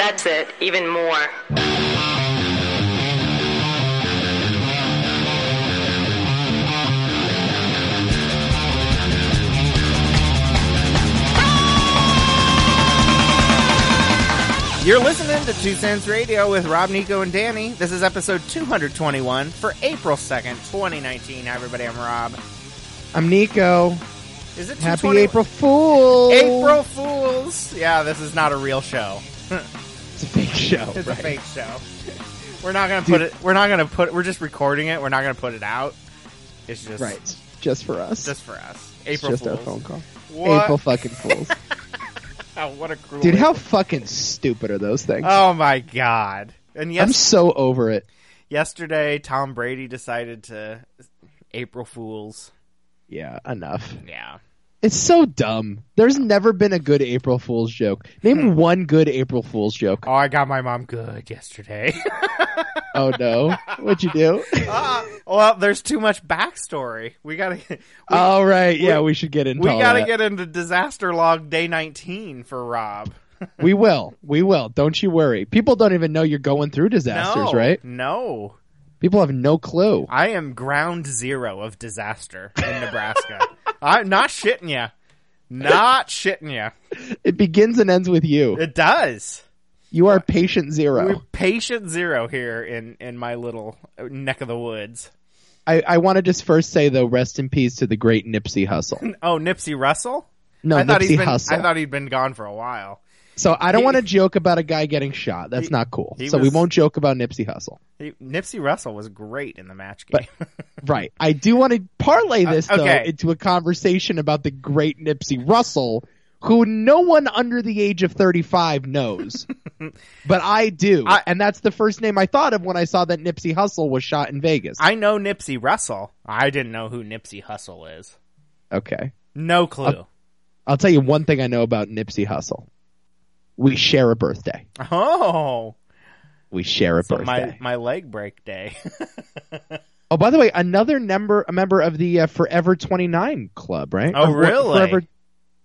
ups it even more. You're listening to Two Cents Radio with Rob, Nico, and Danny. This is episode 221 for April 2nd, 2019. Hi, everybody. I'm Rob. I'm Nico. Is it Happy 221? April Fool. April Fools! Yeah, this is not a real show. It's a fake show. It's right? a fake show. We're not gonna put it. We're not gonna put. We're just recording it. We're not gonna put it out. It's just Right. It's Just for us. just for us. It's April just our Fools. phone call. What? April fucking Fools. Oh, what a cruel Dude, how April- fucking stupid are those things? Oh my god! And yes, I'm so over it. yesterday Tom Brady decided to April Fools. Yeah, enough. Yeah. It's so dumb. There's never been a good April Fool's joke. Hmm. Name one good April Fool's joke. Oh, I got my mom good yesterday. Oh no. What'd you do? Ah, well, there's too much backstory. We gotta. We, All right. Yeah, we should get into we all gotta that. get into disaster log day 19 for Rob. We will. We will. Don't you worry. People don't even know you're going through no, disasters, right? No. People have no clue. I am ground zero of disaster in Nebraska. I'm not shitting ya. Not shitting ya. It begins and ends with you. It does. You are patient We're zero. patient zero here in, in my little neck of the woods. I, I want to just first say though, rest in peace to the great Nipsey Hussle. Oh, Nipsey Russell? No, I thought Nipsey he's been Hussle. I thought he'd been gone for a while. so I don't he- want to joke about a guy getting shot. That's He- not cool. he So we was- won't joke about Nipsey Hussle. He, Nipsey Russell was great in the match game. But- Right. I do want to parlay this Uh, okay. though into a conversation about the great Nipsey Russell, who no one under the age of thirty-five knows, but I do, I- and that's the first name I thought of when I saw that Nipsey Hussle was shot in Vegas. I know Nipsey Russell. I didn't know who Nipsey Hussle is. okay. No clue. I'll tell you one thing I know about Nipsey Hussle. We share a birthday. oh. We share a So birthday. my my leg break day. Oh, by the way, another member a member of the uh, Forever 29 club, right? Oh, Or wo- really? Forever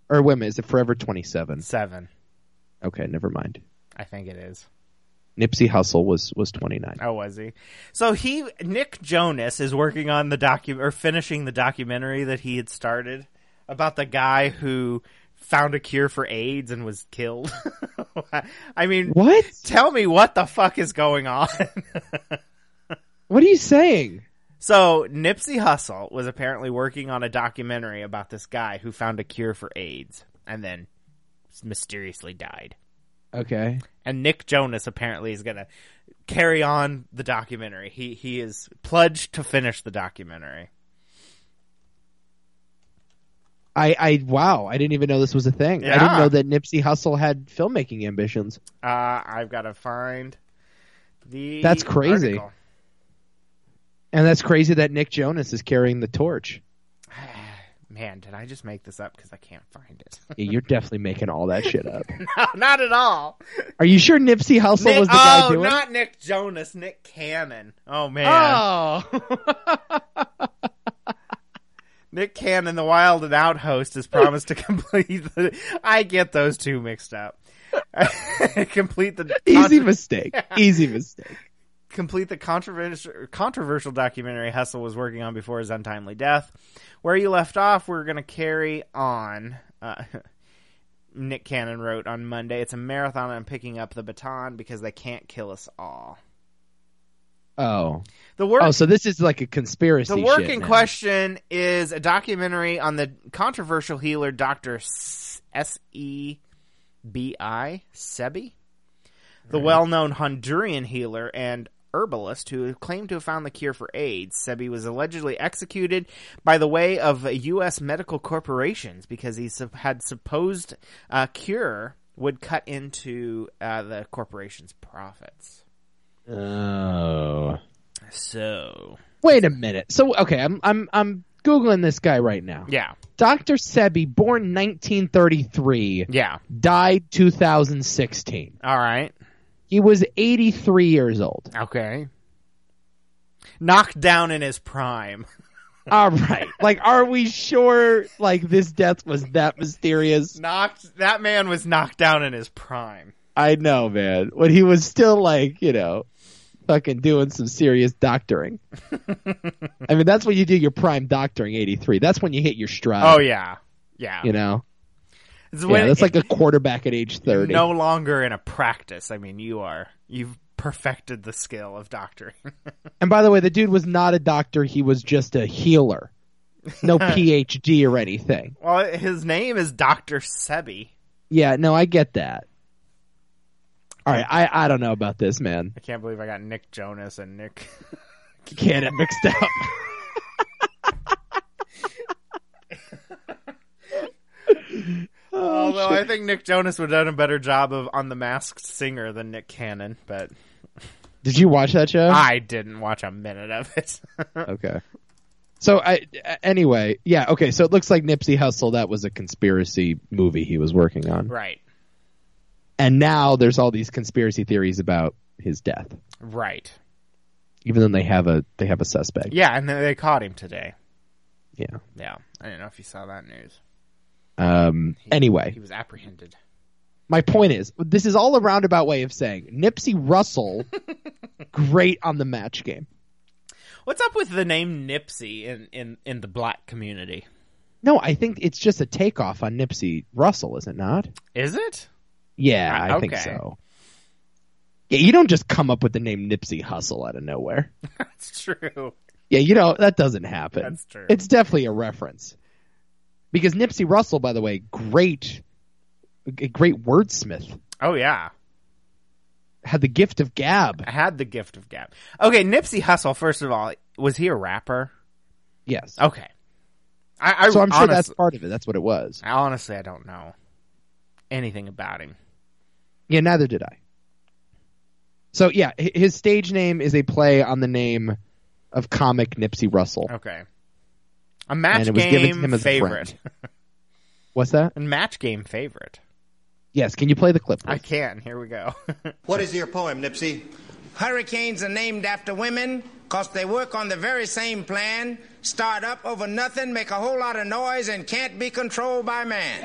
or women is it Forever 27? 7, Okay, never mind. I think it is. Nipsey Hussle was was 29. Oh, was he? So he Nick Jonas is working on the docu or finishing the documentary that he had started about the guy who found a cure for AIDS and was killed. I mean, What? tell me what the fuck is going on. What are you saying? so Nipsey Hussle was apparently working on a documentary about this guy who found a cure for AIDS and then mysteriously died. Okay. and Nick Jonas apparently is going to carry on the documentary. He he is pledged to finish the documentary. I I wow, I didn't even know this was a thing. I Yeah. didn't know that Nipsey Hussle had filmmaking ambitions. Uh, I've got to find the That's crazy. article. And that's crazy that Nick Jonas is carrying the torch. Man, did I just make this up because I can't find it? Yeah, You're definitely making all that shit up. no, not at all. Are you sure Nipsey Hussle Nick, was the guy oh, doing it? not Nick Jonas, Nick Cannon. Oh man, Oh. Nick Cannon, the Wild and Out host, has promised to complete. The, I get those two mixed up. complete the Easy contra- mistake. Easy mistake. complete the controversial controversial documentary Hustle was working on before his untimely death. Where you left off, we're going to carry on. Uh, Nick Cannon wrote on Monday, "It's a marathon. I'm picking up the baton because they can't kill us all." Oh. The work, Oh, so this is like a conspiracy. the work shit in now. question is a documentary on the controversial healer Doctor S E B I Sebi. the well known Honduran healer and herbalist who claimed to have found the cure for AIDS. Sebi was allegedly executed by the way of U.S. medical corporations because he sup- had supposed uh, cure would cut into uh, the corporation's profits. Oh. So, Wait a minute. So okay, I'm I'm I'm googling this guy right now. yeah, Dr. Sebi, born 1933, yeah, died 2016. all right, He was 83 years old. okay. Knocked down in his prime. All right. Like are we sure like this death was that mysterious? Knocked. That man was knocked down in his prime. I know, man. When he was still like, you know, fucking doing some serious doctoring. I mean, that's when you do your prime doctoring, eighty three. That's when you hit your stride. Oh yeah, yeah. you know, It's yeah, when that's it- like a quarterback at age thirty. no longer in a practice. I mean, you are you've perfected the skill of doctoring. And by the way, the dude was not a doctor; he was just a healer. No PhD or anything. well, his name is Doctor Sebi. Yeah, no, I get that. All right, I I don't know about this, man. I can't believe I got Nick Jonas and Nick. Can't it mixed up. oh, Although shit. I think Nick Jonas would have done a better job of on the Masked Singer than Nick Cannon, but Did you watch that show? I didn't watch a minute of it. Okay. So I a- anyway, yeah, okay. So it looks like Nipsey Hussle that was a conspiracy movie he was working on. right, And now there's all these conspiracy theories about his death. right, Even though they have a they have a suspect. yeah, and they- they caught him today. Yeah. Yeah, I don't know if you saw that news. Um anyway, He was apprehended. my point is this is all a roundabout way of saying Nipsey Russell great on the match game. What's up with the name Nipsey in in in the black community? No, I think it's just a takeoff on Nipsey Russell, is it not? Is it? Yeah, Uh, I think okay. so. Yeah, you don't just come up with the name Nipsey Hussle out of nowhere. That's true. Yeah, you know, that doesn't happen. That's true. It's definitely a reference. Because Nipsey Russell, by the way, great a great wordsmith, Oh yeah, had the gift of gab. I had the gift of gab. Okay, Nipsey Hussle. First of all, was he a rapper? Yes. Okay, I, I so I'm sure honestly, that's part of it. That's what it was. I honestly I don't know anything about him. Yeah, neither did I. So yeah, hi- his stage name is a play on the name of comic Nipsey Russell. Okay, a match And it was game given to him as a favorite. What's that? A match game favorite. Yes, can you play the clip? I please? can. Here we go. What is your poem, Nipsey? Hurricanes are named after women because they work on the very same plan, start up over nothing, make a whole lot of noise, and can't be controlled by man.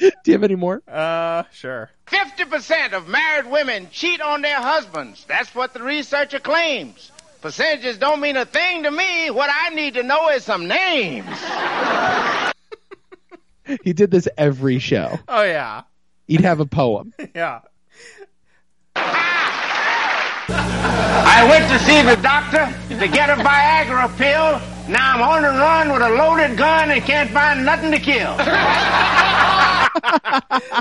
Do you have any more? uh, sure. 50% of married women cheat on their husbands. That's what the researcher claims. Percentages don't mean a thing to me. What I need to know is some names. He did this every show. Oh yeah, He'd have a poem. yeah. I went to see the doctor to get a Viagra pill. Now I'm on the run with a loaded gun and can't find nothing to kill.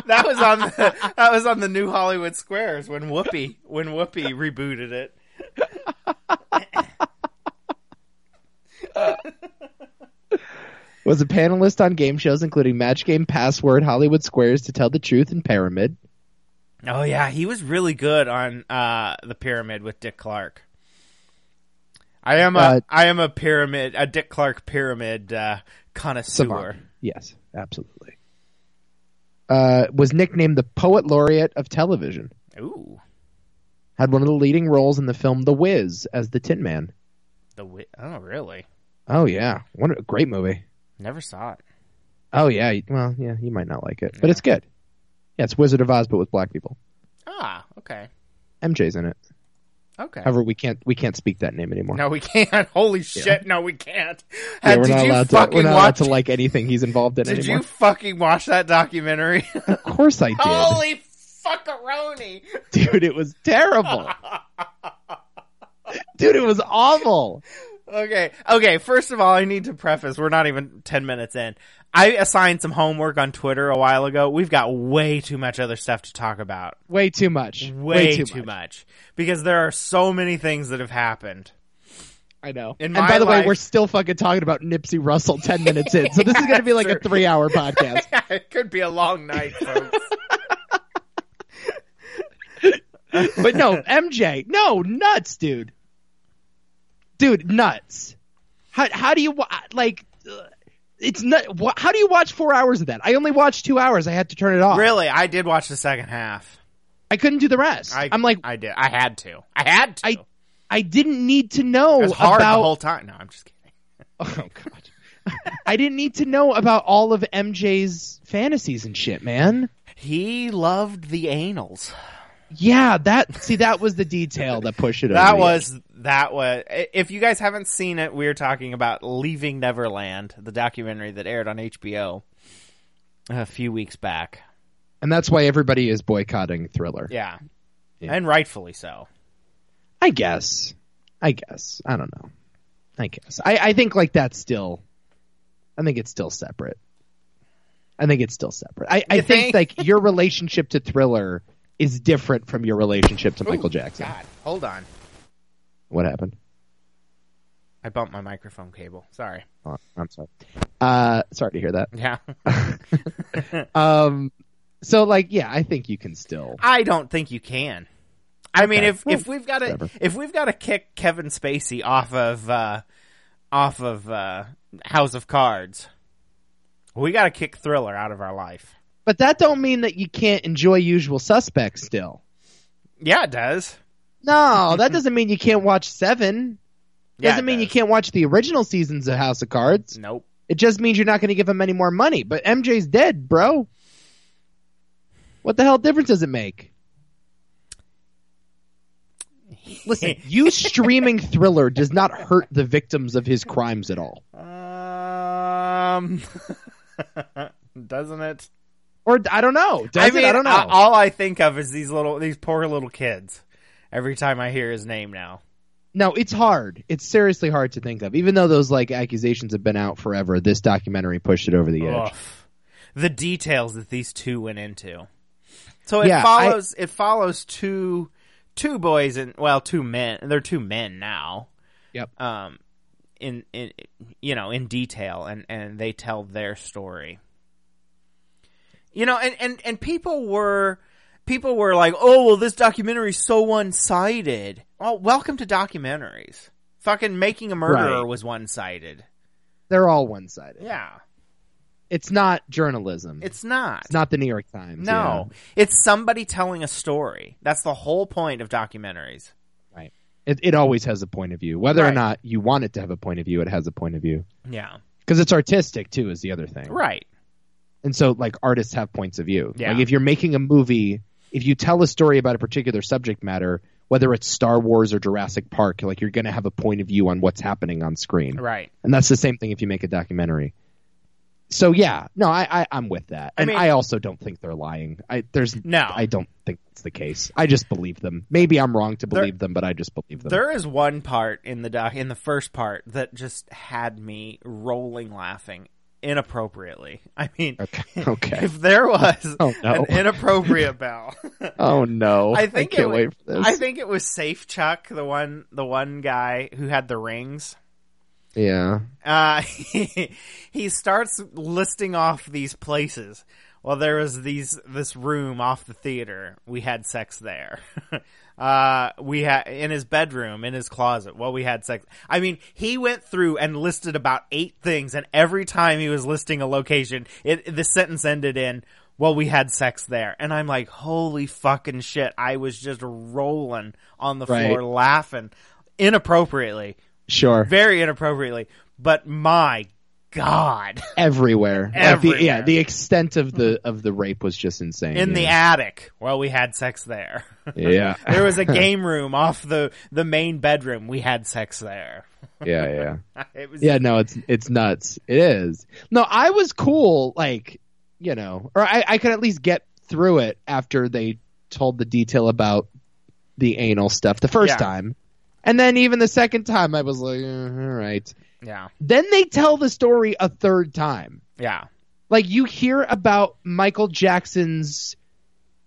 That was on the, that was on the New Hollywood Squares when Whoopi when Whoopi rebooted it. Was a panelist on game shows including Match Game, Password, Hollywood Squares, To Tell the Truth, and Pyramid. Oh yeah, he was really good on uh, the pyramid with Dick Clark. I am a I Uh, am a pyramid a Dick Clark pyramid uh, connoisseur. Savant. Yes, absolutely. Uh, was nicknamed the poet laureate of television. Ooh, Had one of the leading roles in the film The Wiz as the Tin Man. the wi- oh really? Oh yeah, what a great movie. Never saw it. Oh yeah, you- well yeah, you might not like it, but it's good. Yeah, it's Wizard of Oz but with black people. Ah, okay, MJ's in it. okay. However, we can't we can't speak that name anymore. no, we can't. Holy shit! No, we can't. Yeah, Did we're not you allowed to fucking we're not allowed watch? to like anything he's involved in did anymore. you fucking watch that documentary? Of course I did. Holy fuckaroni! Dude, it was terrible. Dude, it was awful. Okay, okay. First of all, I need to preface: we're not even ten minutes in. I assigned some homework on Twitter a while ago. We've got way too much other stuff to talk about. Way too much. Way, too, much. because there are so many things that have happened. I know. In and my by the life- way, we're still fucking talking about Nipsey Russell 10 minutes in. So this is going to be like a true. 3-hour podcast. it could be a long night, folks. But no, MJ, no, nuts, dude. Dude, nuts. How how do you wa- like uh, it's not wha- how do you watch 4 hours of that? I only watched 2 hours. I had to turn it off. Oh. really, I did watch the second half. I couldn't do the rest. I, I'm like I, I did. I had to. I had to. I didn't need to know it was hard about the whole time. No, I'm just kidding. Oh god. I didn't need to know about all of MJ's fantasies and shit, man. He loved the anals. Yeah, that see that was the detail that pushed it over. That the was that was. If you guys haven't seen it, we are talking about Leaving Neverland, the documentary that aired on HBO a few weeks back. And that's why everybody is boycotting Thriller. Yeah, Yeah. and rightfully so. I guess. I guess. I don't know. I guess. I, I think like that's still I think it's still separate. I think it's still separate. I, I You think? think, like your relationship to Thriller is different from your relationship to Michael Jackson. God, hold on. What happened? I bumped my microphone cable. Sorry. Oh, I'm sorry. Uh sorry to hear that. Yeah. Um so like yeah, I think you can still I don't think you can. I mean, if Well, if we've got to whatever. if we've got to kick Kevin Spacey off of uh, off of uh, House of Cards, we got to kick Thriller out of our life. But that don't mean that you can't enjoy usual suspects still. Yeah, it does. No, that doesn't mean you can't watch Seven. Yeah, it doesn't mean you does. can't watch the original seasons of House of Cards. Nope. It just means you're not going to give him any more money. But MJ's dead, bro. What the hell difference does it make? Listen, you streaming Thriller does not hurt the victims of his crimes at all. Um, doesn't it? Or I don't know. I Does mean, it? I don't know. all I think of is these little, these poor little kids. Every time I hear his name now, no, it's hard. It's seriously hard to think of. Even though those like accusations have been out forever, this documentary pushed it over the edge. Oof. the details that these two went into. So it Yeah, I- follows. It follows two, two boys and well, two men. They're two men now. Yep. Um, in in you know in detail, and and they tell their story. you know and, and and people were people were like oh well this documentary's so one-sided well welcome to documentaries fucking making a murderer Right. was one-sided They're all one sided. yeah It's not journalism. it's not It's not the New York Times. no it's somebody telling a story that's the whole point of documentaries yeah. Right. It, it always has a point of view. Whether or Right. not you want it to have a point of view, it has a point of view. yeah Because it's artistic, too, is the other thing. right And so, like, artists have points of view. Yeah. Like, if you're making a movie, if you tell a story about a particular subject matter, whether it's Star Wars or Jurassic Park, like, you're going to have a point of view on what's happening on screen. right And that's the same thing if you make a documentary. So, yeah. No, I, I, I'm with that. I And I, mean- also don't think they're lying. I, there's no I don't think that's the case. I just believe them. Maybe I'm wrong to There- believe them, but I just believe them. There is one part in the doc in the first part that just had me rolling laughing inappropriately. I mean, Okay. okay. if there was Oh, an no. inappropriate bell, Oh no! I think can't it wait was, for this. I think it was Safe Chuck, the one the one guy who had the rings. yeah. Uh, he, starts listing off these places. Well, there was these this room off the theater. We had sex there. uh, we had in his bedroom, in his closet. Well, we had sex. I mean, he went through and listed about eight things, and every time he was listing a location, it the sentence ended in. Well, we had sex there, and I'm like, holy fucking shit! I was just rolling on the Right. floor laughing inappropriately Sure. very inappropriately. But my God, Everywhere. Like the, yeah. Everywhere. The extent of the of the rape was just insane. in the yeah. attic. Well, we had sex there. Yeah. there was a game room off the the main bedroom. We had sex there. yeah. Yeah. It was Yeah. No, it's it's nuts. It is. No, I was cool. Like you know, or I I could at least get through it after they told the detail about the anal stuff the first Yeah. time. And then even the second time, I was like, eh, all right. yeah, Then they tell the story a third time. yeah, Like you hear about Michael Jackson's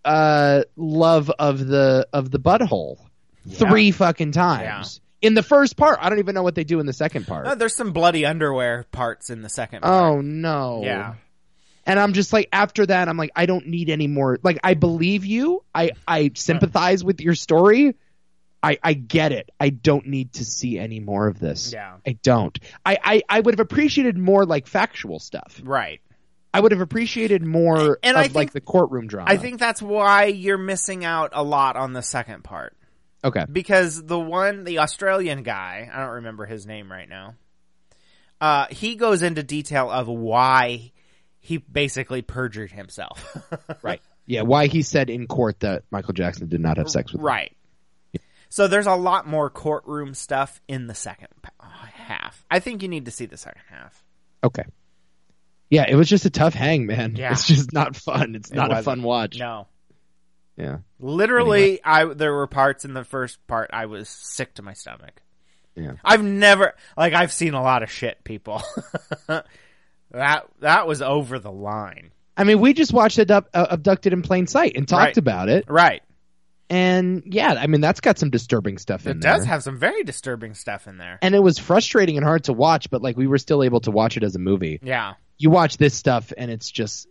uh, love of the of the butthole three fucking times in the first part. I don't even know what they do in the second part. Oh, there's some bloody underwear parts in the second. part. oh no! yeah, And I'm just like after that, I'm like, I don't need any more. Like I believe you. I I sympathize with your story. I I get it. I don't need to see any more of this. yeah, I don't. I, I, I would have appreciated more like factual stuff. right. I would have appreciated more And of I think- like the courtroom drama. I think that's why you're missing out a lot on the second part okay. because the one the Australian guy, I don't remember his name right now. Uh, he goes into detail of why he basically perjured himself. Right. Yeah, why he said in court that Michael Jackson did not have sex with him. Right. So there's a lot more courtroom stuff in the second p- half. I think you need to see the second half. Okay. Yeah, it was just a tough hang, man. Yeah. It's just not fun. It's not a wasn't. fun watch. No. Yeah. Literally, I there were parts in the first part I was sick to my stomach. Yeah. I've never like I've seen a lot of shit, people. that that was over the line. I mean, we just watched Abdu- uh, Abducted in Plain Sight and talked Right. about it. Right. And yeah, I mean, that's got some disturbing stuff in It there. does have some very disturbing stuff in there. and it was frustrating and hard to watch, but like we were still able to watch it as a movie. Yeah. You watch this stuff and it's just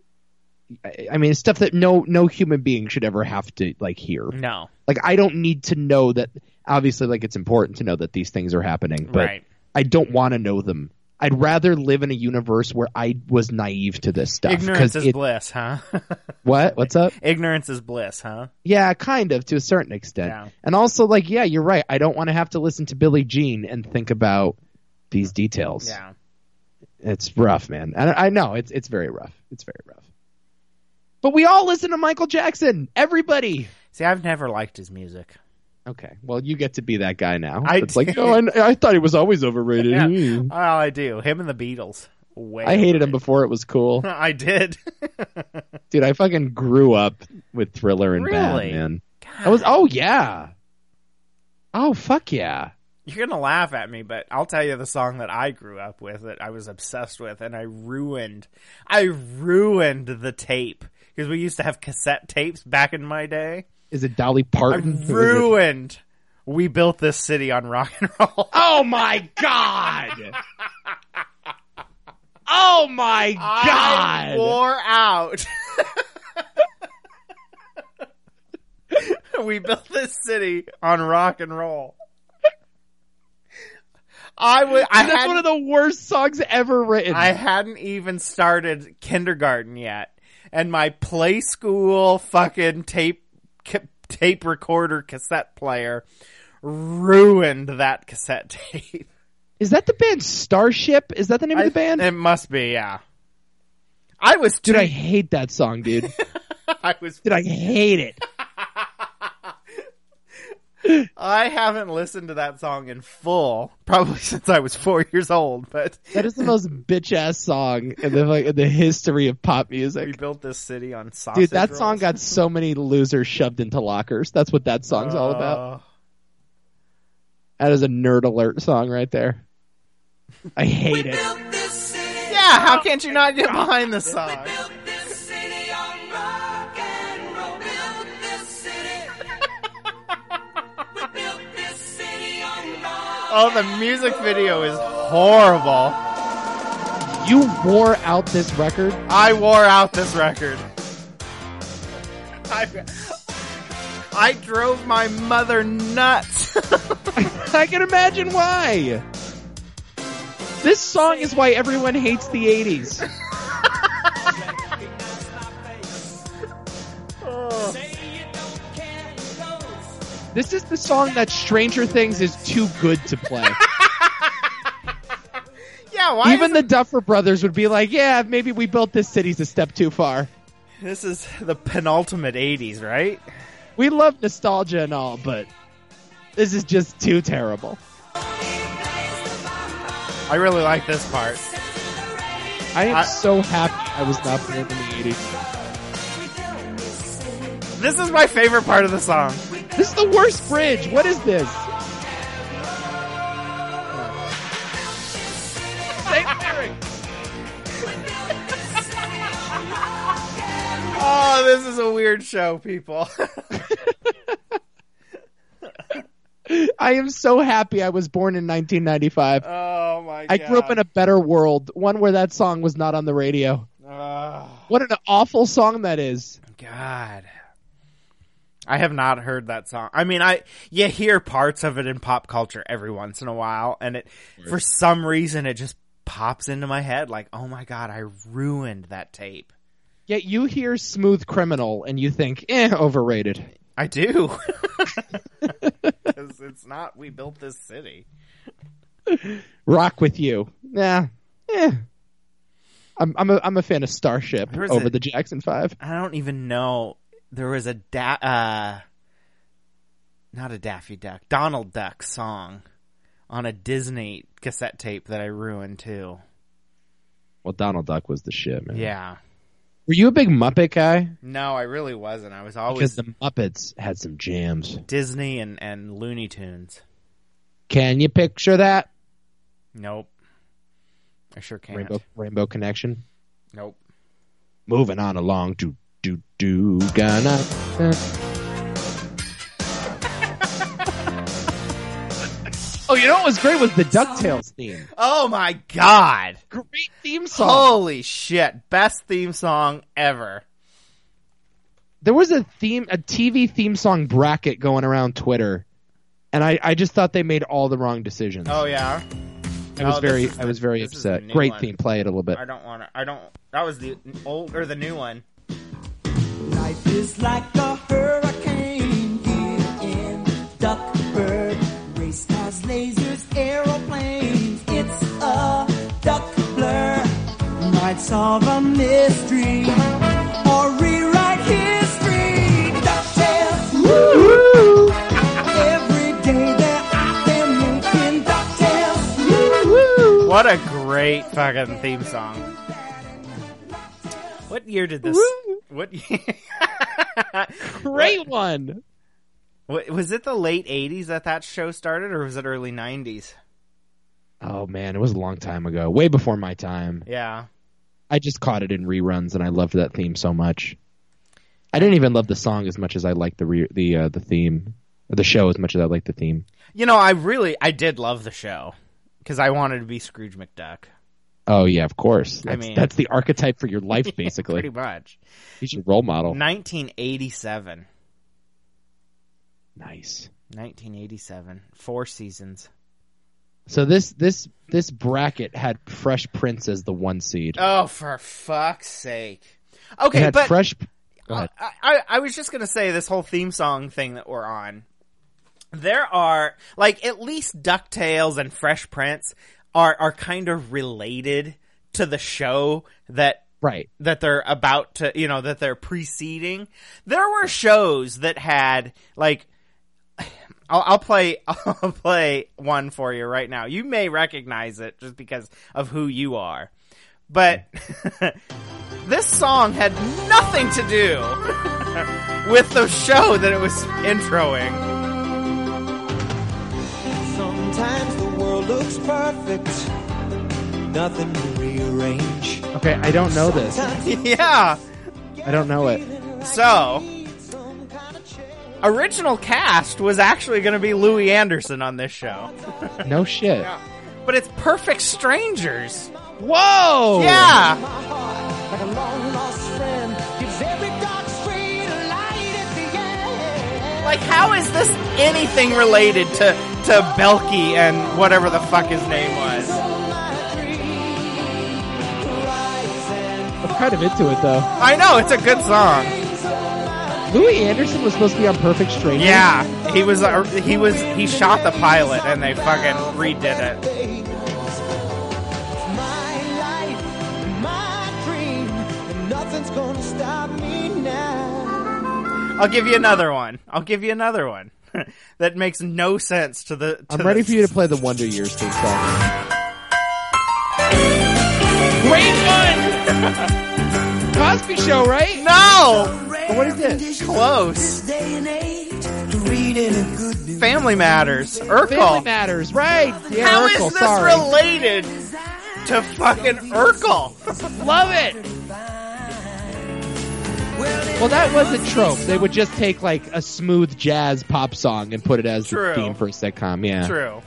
I I mean, it's stuff that no no human being should ever have to like hear. No. Like I don't need to know that obviously like it's important to know that these things are happening, but Right. I don't want to know them. I'd rather live in a universe where I was naive to this stuff. uh, 'cause Ignorance is it- bliss, huh? what? What's up? Ignorance is bliss, huh? Yeah, kind of to a certain extent. Yeah. And also, like, yeah, you're right. I don't want to have to listen to Billie Jean and think about these details. Yeah. It's rough, man. I, I know it's it's very rough. It's very rough. But we all listen to Michael Jackson. Everybody. See, I've never liked his music. Okay. Well, you get to be that guy now. I it's like, did. oh, I, I thought he was always overrated. Yeah. Hmm. Oh, I do. Him and the Beatles. Way I hated him overrated. before it was cool, I did. dude. I fucking grew up with Thriller and Really? Batman. I was. God. Oh yeah. Oh fuck yeah. You're gonna laugh at me, but I'll tell you the song that I grew up with that I was obsessed with, and I ruined, I ruined the tape because we used to have cassette tapes back in my day. Is it Dolly I Parton? Was it- ruined. We built this city on rock and roll. Oh my god. oh my I god. wore out. we built this city on rock and roll. I would. I That's had one of the worst songs ever written. I hadn't even started kindergarten yet, and my play school fucking tape ca- tape recorder cassette player ruined that cassette tape. Is that the band Starship? Is that the name of the band? It must be, yeah. I was too. dude, I hate that song, dude. I was. dude, I hate it. I haven't listened to that song in full probably since I was four years old. But That is the most bitch ass song in the like, in the history of pop we music. built this city on sausage. Dude, that song rolls. got so many losers shoved into lockers. That's what that song's all about. Uh, That is a nerd alert song right there. I hate it. yeah, how can't you not get behind the song? Oh, the music video is horrible. You wore out this record. I wore out this record. I, I drove my mother nuts. I can imagine why. This song is why everyone hates the 80s. This is the song that Stranger Things is too good to play. yeah, why? Even the Duffer Brothers would be like, yeah, maybe we built this city's a step too far. this is the penultimate '80s, right? We love nostalgia and all, but this is just too terrible. I really like this part. I am I- so happy I was not born in the 80s. This is my favorite part of the song. This is the worst bridge. What is this? Oh, this is a weird show, people. Oh I am so happy I was born in 1995. oh my god! I grew up in a better world, one where that song was not on the radio. Oh What an awful song that is. god. I have not heard that song. I mean, I you hear parts of it in pop culture every once in a while, and it for some reason it just pops into my head like, oh my god, I ruined that tape. Yet you hear Smooth Criminal and you think, eh, overrated. I do. 'Cause it's not. We built this city. Rock with you. Nah, eh. I'm I'm a I'm a fan of Starship There was over a- the Jackson Five. I don't even know. There was a da- uh, not a Daffy Duck, Donald Duck song on a Disney cassette tape that I ruined too. Well, Donald Duck was the shit, man. Yeah. Were you a big Muppet guy? No, I really wasn't. I was Because always the Muppets had some jams. Disney and, and Looney Tunes. Can you picture that Nope. I sure can't. Rainbow Rainbow Connection? Nope. Moving on along to do do gonna. oh, you know what was great was the Ducktales theme. Oh my god. Great theme song. Holy shit. Best theme song ever. there was a theme a TV theme song bracket going around Twitter, and I, I just thought they made all the wrong decisions. Oh yeah. I was oh, this very is I the- was very this is the upset. new Great one. theme, play it a little bit. I don't want to I don't That was the old or the new one. Life is like a hurricane here in Duckburg. Race cars, lasers, aeroplanes. It's a duck blur. Might solve a mystery or rewrite history. DuckTales. Every day they're out there making DuckTales. What a great fucking theme song. What year did this What Great one. Wa- was it the late 80s that that show started or was it early 90s? Oh man, it was a long time ago, way before my time. Yeah. I just caught it in reruns, and I loved that theme so much. I didn't even love the song as much as I liked the re- the uh, the theme, the show as much as I liked the theme. You know, I really I did love the show cuz I wanted to be Scrooge McDuck. Oh yeah, of course. That's, mean- that's the archetype for your life, basically. Pretty much. He's your role model. 1987. Nice. 1987. Four seasons. So this this this bracket had Fresh Prince as the one seed. Oh, for fuck's sake. it Okay, had but Uh, Fresh. uh, Go ahead. I, I, I was just gonna say this whole theme song thing that we're on. There are like at least Ducktales and Fresh Prince are are kind of related to the show that Right. that they're about to you know that they're preceding. There were shows that had like. I'll, I'll play. I'll play one for you right now. You may recognize it just because of who you are, but this song had nothing to do with the show that it was introing. Sometimes the world looks perfect. Nothing to rearrange. Okay. I don't know this. Yeah. I don't know it. So, original cast was actually going to be Louis Anderson on this show. No shit. but it's perfect strangers. Whoa. Yeah. Like a long lost friend gives every dark street a light at the end. Like, how is this anything related to to Belky and whatever the fuck his name was? Oh, my dream, rise and I'm kind of into it though. I know it's a good song. blaze, oh, my Louis Anderson was supposed to be on Perfect Strangers. Yeah, he was uh, he was he shot the pilot and they fucking redid it. days. My life, my dream, and nothing's gonna stop me now. I'll give you another one. I'll give you another one that makes no sense to the. To I'm ready the- for you to play the Wonder Years theme song. Great one. Cosby Show, right? No, What is this? close. Day and age to read any good news. Family Matters. Family Urkel. Matters, right? Yeah, How is Urkel, this sorry. related to fucking Urkel? Love it. Well, that was a trope. They would just take like a smooth jazz pop song and put it as True. the theme for a sitcom. Yeah. True.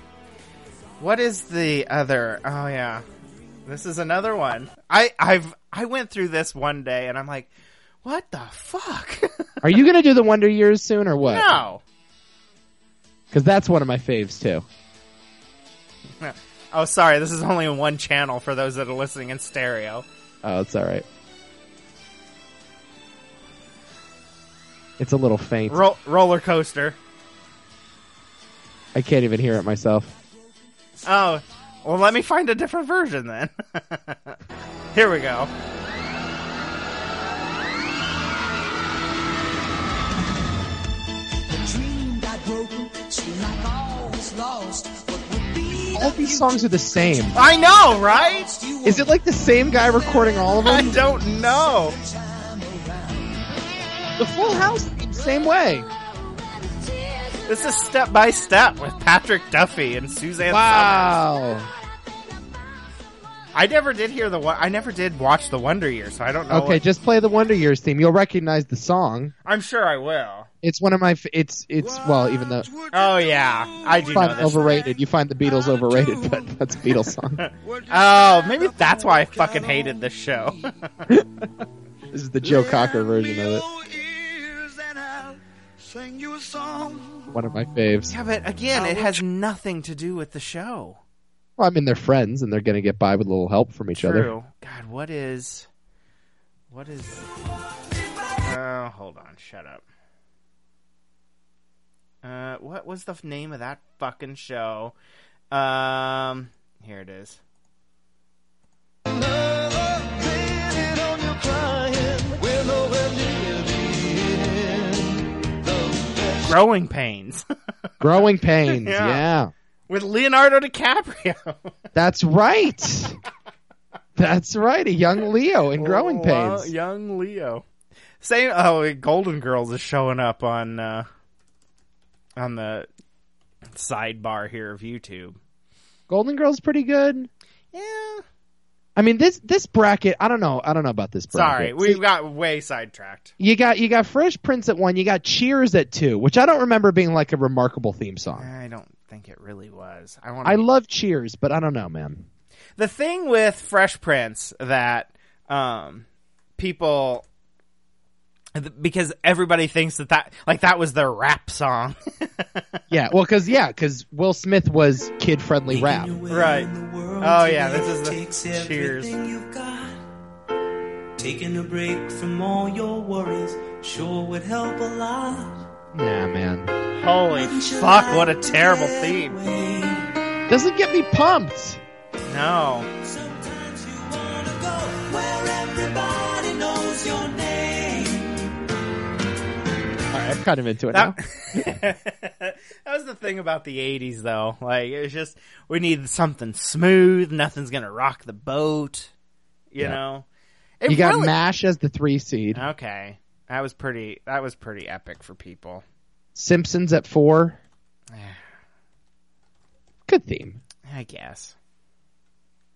What is the other? Oh yeah, this is another one. I I've I went through this one day and I'm like, what the fuck? Are you gonna do the Wonder Years soon or what? no. because that's one of my faves too. Oh, sorry. This is only in one channel for those that are listening in stereo. Oh, it's all right. It's a little faint. Ro- roller coaster. I can't even hear it myself. Oh, Well, let me find a different version then. Here we go. dream got broken, seemed like all was lost. What would be All these songs are the same. I know, right? Is it like the same guy recording all of I them? don't know. The Full House, same way. This is step by step with Patrick Duffy and Suzanne. Wow. Summers. I never did hear the one. I never did watch the Wonder Years, so I don't know. Okay, what- just play the Wonder Years theme. You'll recognize the song. I'm sure I will. It's one of my. F- it's it's well, even though Oh yeah, I do know find this. overrated. You find the Beatles overrated, but that's a Beatles song. Oh, maybe that's why I fucking hated this show. this is the Joe Cocker version of it. One of my faves. yeah, but again, it has nothing to do with the show. Well, I mean, they're friends, and they're going to get by with a little help from each other. True. God, what is, what is? Oh, hold on, shut up. Uh, what was the f- name of that fucking show? Um, here it is. Growing pains Growing Pains. Yeah. yeah. with Leonardo DiCaprio. that's right. that's right. A young Leo in Growing Oh, Wow, Pains. young Leo. Same. Oh, Golden Girls is showing up on uh, on the sidebar here of YouTube. Golden Girls pretty good. Yeah. I mean this this bracket. I don't know. I don't know about this bracket. Sorry, we got way sidetracked. You got you got Fresh Prince at one. You got Cheers at two, which I don't remember being like a remarkable theme song. I don't think it really was. I want. I love Cheers, but I don't know, man. the thing with Fresh Prince that um, people th- because everybody thinks that that like that was their rap song, Yeah, well, because yeah, because Will Smith was kid friendly rap. right? Oh yeah, this is the Cheers. Taking a break from all your worries sure would help a lot. Nah, man, Holy fuck! What a terrible theme. doesn't get me pumped. No. Sometimes you wanna go where everybody knows your name. All right, I'm kind of into it That, now. Uh, that was the thing about the 80s, though. Like, it was just, we need something smooth. Nothing's going to rock the boat. You Yeah. know? It You got really- Mash as the three seed, Okay. That was pretty, that was pretty epic for people. Simpsons at four. Good theme. I guess.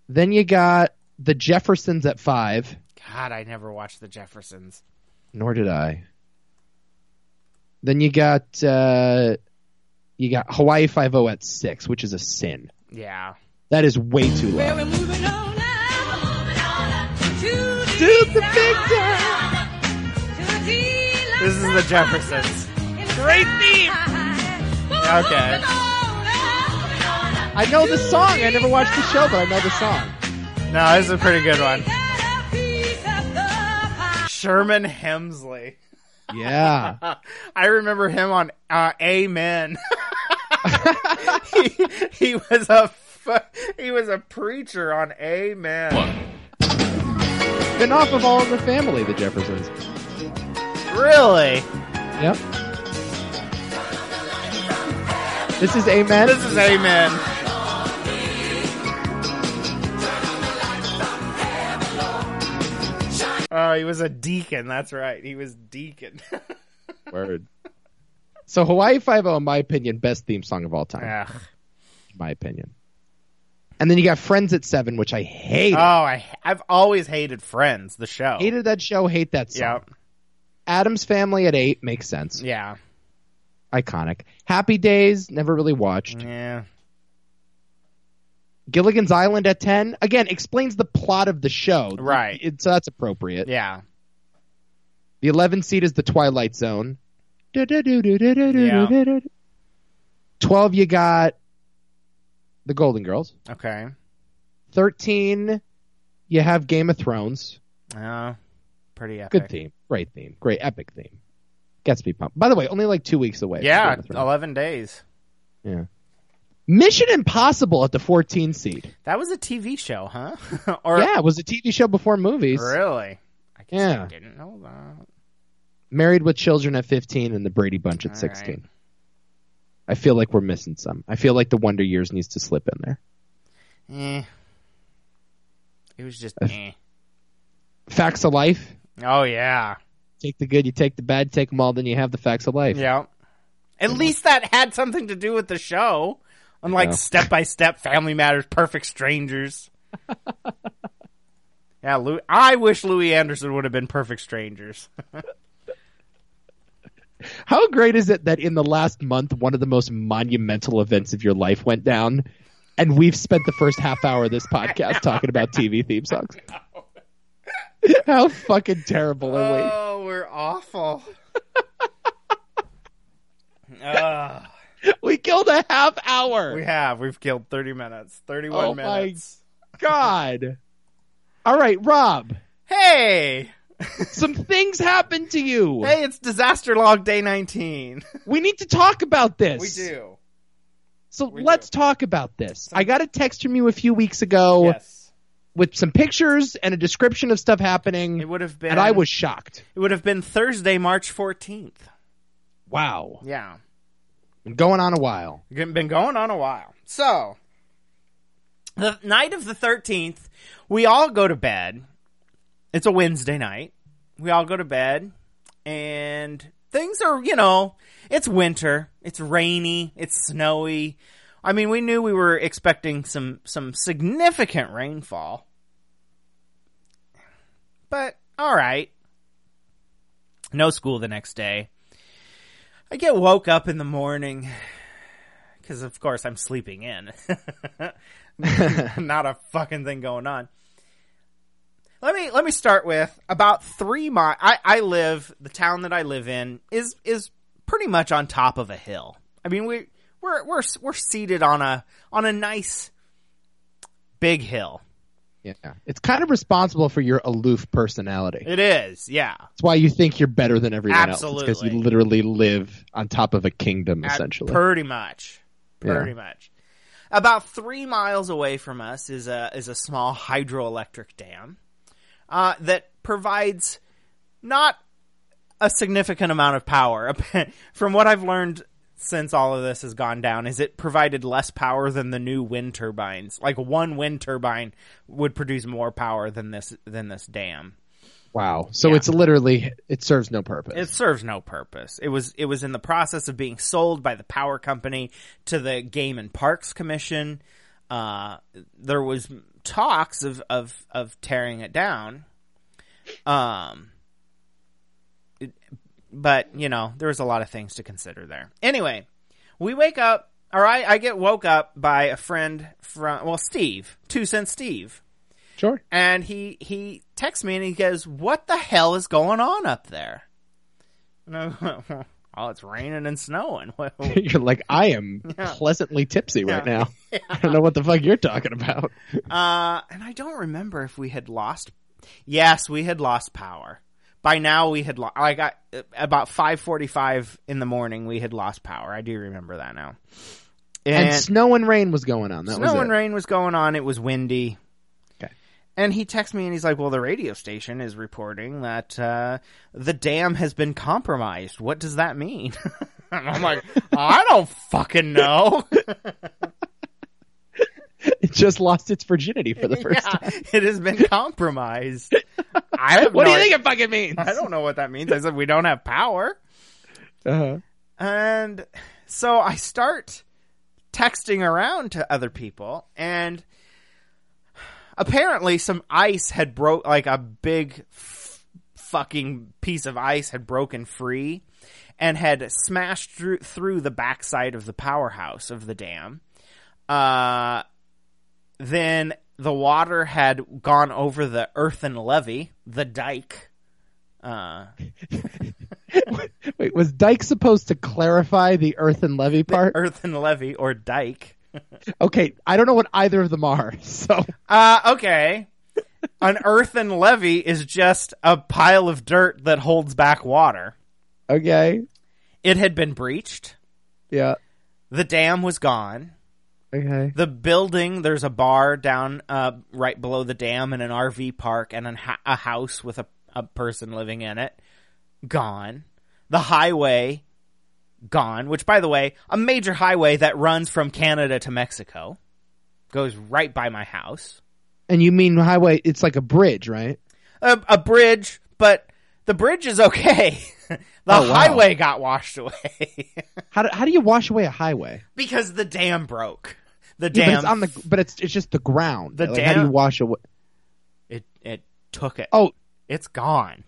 Then you got the Jeffersons at five. God, I never watched The Jeffersons. Nor did I. Then you got uh, you got Hawaii Five O at six, which is a sin. Yeah. That is way too low. We're moving on up, moving on up to the, To the big time. This is The Jeffersons. Great theme! Okay. I know the song. I never watched the show, but I know the song. No, this is a pretty good one. Sherman Hemsley. Yeah. I remember him on uh, Amen. he, he was a fu- he was a preacher on Amen. Been off of All in the Family, the Jeffersons. Really? Yep. This is Amen. This is Amen. Oh, he was a deacon. That's right. He was deacon. Word. So Hawaii Five O, in my opinion, best theme song of all time. Ugh. In my opinion. And then you got Friends at seven, which I hate. Oh, I, I've always hated Friends, the show. Hated that show. Hate that song. Yep. Adam's Family at eight makes sense. Yeah. Iconic. Happy Days never really watched. Yeah. Gilligan's Island at ten again explains the plot of the show. Right. It- so that's appropriate. Yeah. The 11 seed is the Twilight Zone. Yeah. 12, you got the Golden Girls. Okay. 13, you have Game of Thrones. Uh, pretty epic. Good theme. Great theme. Great epic theme. Gets me pumped. By the way, only like two weeks away. from Yeah, Game of Thrones. eleven days. Mission Impossible at the 14 seed. That was a TV show, huh? or Yeah, it was a TV show before movies. really? I guess Yeah. I didn't know that. Married with Children at 15 and The Brady Bunch at All 16. right. I feel like we're missing some. I feel like The Wonder Years needs to slip in there. Eh. It was just eh. Facts of Life. Oh yeah, Take the good, you take the bad, take them all, then you have the facts of life. yeah. At least that had something to do with the show, unlike Yeah. Step by Step, Family Matters, Perfect Strangers. yeah, Lou- I wish Louis Anderson would have been Perfect Strangers. How great is it that in the last month, one of the most monumental events of your life went down, and we've spent the first half hour of this podcast talking about TV theme songs? How fucking terrible are we? oh, we're awful. Ugh. We killed a half hour. we have we've killed thirty minutes, thirty-one Oh, my- minutes. God. All right, Rob. Hey, Some things happened to you. hey, it's disaster log day nineteen. We need to talk about this. we do. So We let's talk about this. I got a text from you a few weeks ago Yes, with some pictures and a description of stuff happening, it would have been. and I was shocked. It would have been Thursday, March fourteenth. Wow. Yeah, Been going on a while. It's been going on a while. So, the night of the thirteenth, we all go to bed. It's a Wednesday night. We all go to bed, and things are you know, it's winter. It's rainy. It's snowy. I mean, we knew we were expecting some some significant rainfall, but all right. No school the next day. I get woke up in the morning because of course I'm sleeping in. Not a fucking thing going on. Let me let me start with about three miles. I, I live the town that I live in is is pretty much on top of a hill. I mean we we're we're we're seated on a on a nice big hill. Yeah. It's kind of responsible for your aloof personality. It is, yeah, That's why you think you're better than everyone else. It's because Absolutely. you literally live on top of a kingdom, At- essentially. pretty much, Yeah. pretty much. About three miles away from us is a is a small hydroelectric dam. uh, that provides not a significant amount of power. From what I've learned since all of this has gone down, is it provided less power than the new wind turbines. Like one wind turbine would produce more power than this than this dam. Wow. So Yeah. it's literally, it serves no purpose. It serves no purpose. It was it was in the process of being sold by the power company to the Game and Parks Commission. Uh, there was talks of, of of tearing it down. Um, it- but you know there was a lot of things to consider there. Anyway, we wake up, or I, I get woke up by a friend from well Steve, two cent Steve sure. and he he texts me and he goes, "What the hell is going on up there?" And I went, "Oh, it's raining and snowing." Well, uh, You're like, I am pleasantly tipsy right Yeah. now. I don't know what the fuck you're talking about. uh, and I don't remember if we had lost. Yes, we had lost power. By now, we had lost. I got about five forty-five in the morning. We had lost power. I do remember that now. And, snow and rain was going on. That was snow it. and rain was going on. It was windy. Okay. And he texts me and he's like, "Well, the radio station is reporting that uh, the dam has been compromised. What does that mean?" And I'm like, "I don't fucking know." It just lost its virginity for the first time. Yeah, it has been compromised. I have What do no you idea- think it fucking means? I don't know what that means. I said we don't have power. Uh-huh. And so I start texting around to other people and apparently some ice had broke like a big f- fucking piece of ice had broken free and had smashed through, through the backside of the powerhouse of the dam. Uh then the water had gone over the earthen levee, the dike. Uh Wait, was Dyke supposed to clarify the earth and levy part? earthen levee or dike. Okay, I don't know what either of them are. So Uh, okay. An earthen levee is just a pile of dirt that holds back water. okay, It had been breached. yeah, The dam was gone. Okay. The building, there's a bar down uh, right below the dam and an RV park and an ho- a house with a, a person living in it. Gone. The highway, gone, which, by the way, a major highway that runs from Canada to Mexico goes right by my house. And you mean highway? It's like a bridge, right? A, a bridge, but the bridge is okay. the Oh, wow. highway got washed away How do, how do you wash away a highway? because the dam broke. The Yeah, dam. but it's on the. But it's it's just the ground. The Like, How do dam- you wash away? it, it took it. Oh, It's gone.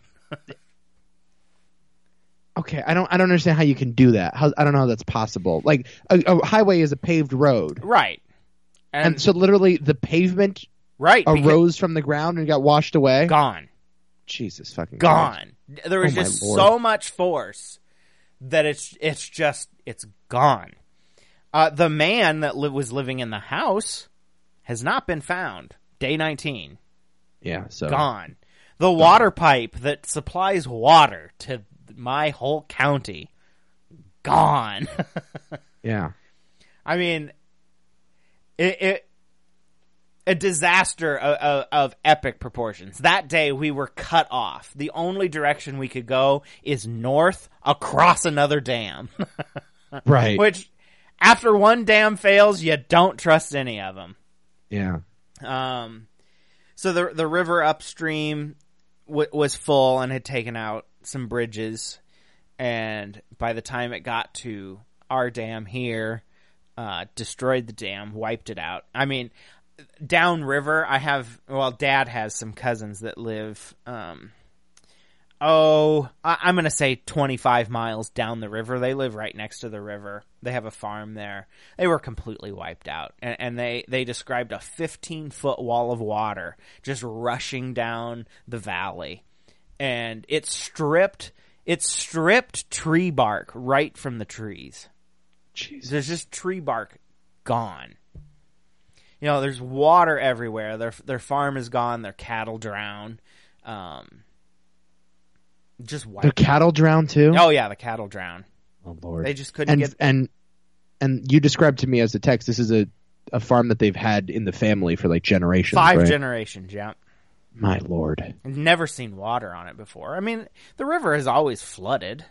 okay. I don't I don't understand how you can do that. How, I don't know how that's possible. Like a, a highway is a paved road, Right. And, and so literally the pavement right, because- arose from the ground and got washed away. gone, Jesus fucking Christ. gone. There was Oh, my just Lord. so much force that it's it's just it's gone. Uh, the man that li- was living in the house has not been found. Day nineteen, Yeah. So gone. The water pipe that supplies water to my whole county, gone. yeah. I mean, it, it a disaster of, of epic proportions. That day we were cut off. The only direction we could go is north across another dam. Right. Which, after one dam fails, you don't trust any of them. Yeah. Um, so the the river upstream w- was full and had taken out some bridges, and by the time it got to our dam here, uh, destroyed the dam, wiped it out. I mean, downriver, I have well, Dad has some cousins that live. Um, Oh, I- I'm gonna say 25 miles down the river. They live right next to the river. They have a farm there. They were completely wiped out, and, and they they described a 15 foot wall of water just rushing down the valley, and it stripped it stripped tree bark right from the trees. Jesus. There's just tree bark gone. You know, there's water everywhere. Their their farm is gone. Their cattle drown. Um, just The wiped. cattle drowned too. Oh yeah, the cattle drown. Oh Lord. They just couldn't and get. and and you described to me as a text this is a a farm that they've had in the family for like generations Five right? generations, yeah. my lord I've never seen water on it before. I mean, the river is always flooded,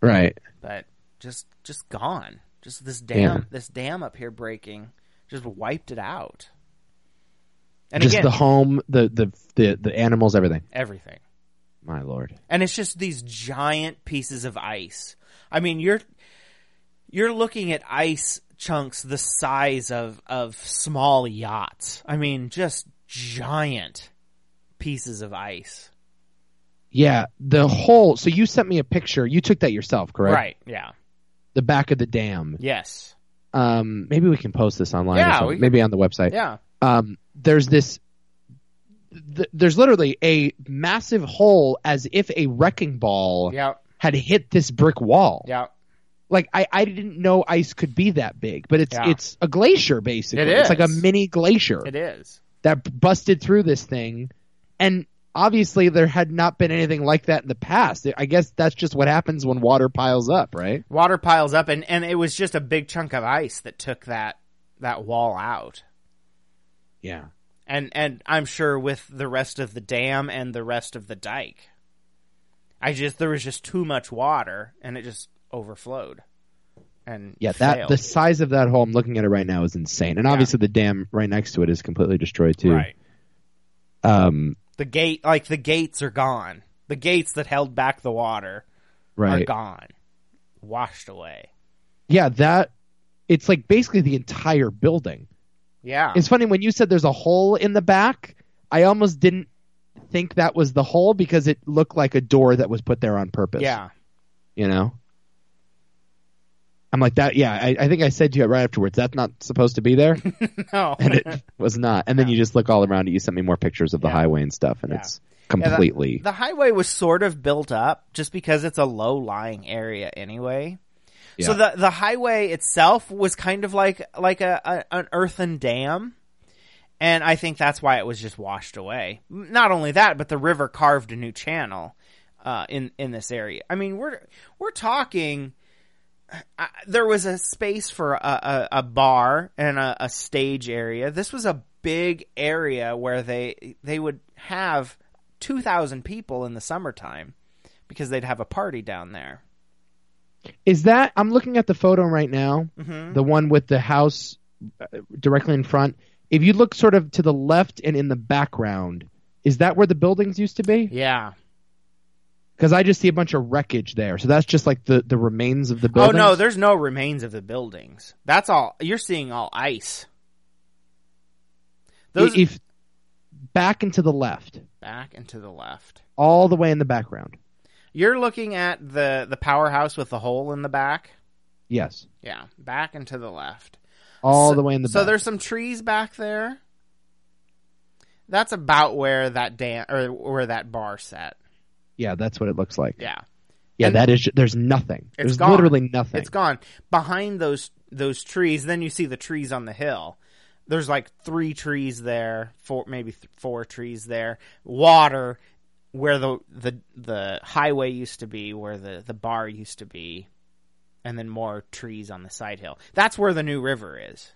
right but just just gone. Just this dam, Yeah. this dam up here breaking, just wiped it out. And just again, the home the, the the the animals everything everything. my lord and it's just these giant pieces of ice. I mean, you're you're looking at ice chunks the size of of small yachts. I mean, just giant pieces of ice. yeah the whole so you sent me a picture you took that yourself correct Yeah. the back of the dam Yes. um maybe we can post this online or Yeah, something. we- maybe on the website Yeah. um, there's this th- there's literally a massive hole as if a wrecking ball Yeah. had hit this brick wall Yeah. like I, I didn't know ice could be that big but it's Yeah. it's a glacier basically It it's like a is. mini glacier It is. that b- busted through this thing and obviously there had not been anything like that in the past i guess that's just what happens when water piles up right Water piles up and and it was just a big chunk of ice that took that that wall out. yeah and and I'm sure with the rest of the dam and the rest of the dike. I just there was just too much water and it just overflowed. And yeah that failed. the size of that hole i'm looking at it right now is insane and obviously the dam right next to it is completely destroyed too right. um The gate like the gates are gone. The gates that held back the water are right gone. Washed away. yeah that it's like basically the entire building Yeah. It's funny when you said there's a hole in the back. I almost didn't think that was the hole because it looked like a door that was put there on purpose. yeah. you know. I'm like that. Yeah, I, I think I said to you right afterwards. That's not supposed to be there, No. and it was not. And then you just look all around it. You sent me more pictures of the Yeah. highway and stuff, and Yeah. it's Yeah, the- completely the, highway was sort of built up just because it's a low lying area anyway. So the the highway itself was kind of like like a, a an earthen dam, and I think that's why it was just washed away. M- Not only that, but the river carved a new channel uh, in in this area. I mean, we're we're talking I, there was a space for a, a, a bar and a, a stage area. This was a big area where they they would have two thousand people in the summertime because they'd have a party down there. Is that I'm looking at the photo right now, Mm-hmm. the one with the house uh, directly in front. If you look sort of to the left and in the background, is that where the buildings used to be? Yeah. Because I just see a bunch of wreckage there. So that's just like the the remains of the buildings. Oh no, there's no remains of the buildings. That's all you're seeing. All ice. Those if back and to the left, back and to the left. all the way in the background. You're looking at the the powerhouse with the hole in the back. Yes, Yeah, back and to the left. all So- the way in the. So back. there's some trees back there. That's about where that dan or where that bar set. yeah, that's what it looks like. Yeah, Yeah, and- that is. There's nothing. It's there's gone. literally nothing. it's gone behind those those trees. Then you see the trees on the hill. There's like three trees there, four maybe th- four trees there. Water where the the the highway used to be, where the the bar used to be, and then more trees on the side hill. That's where the new river is.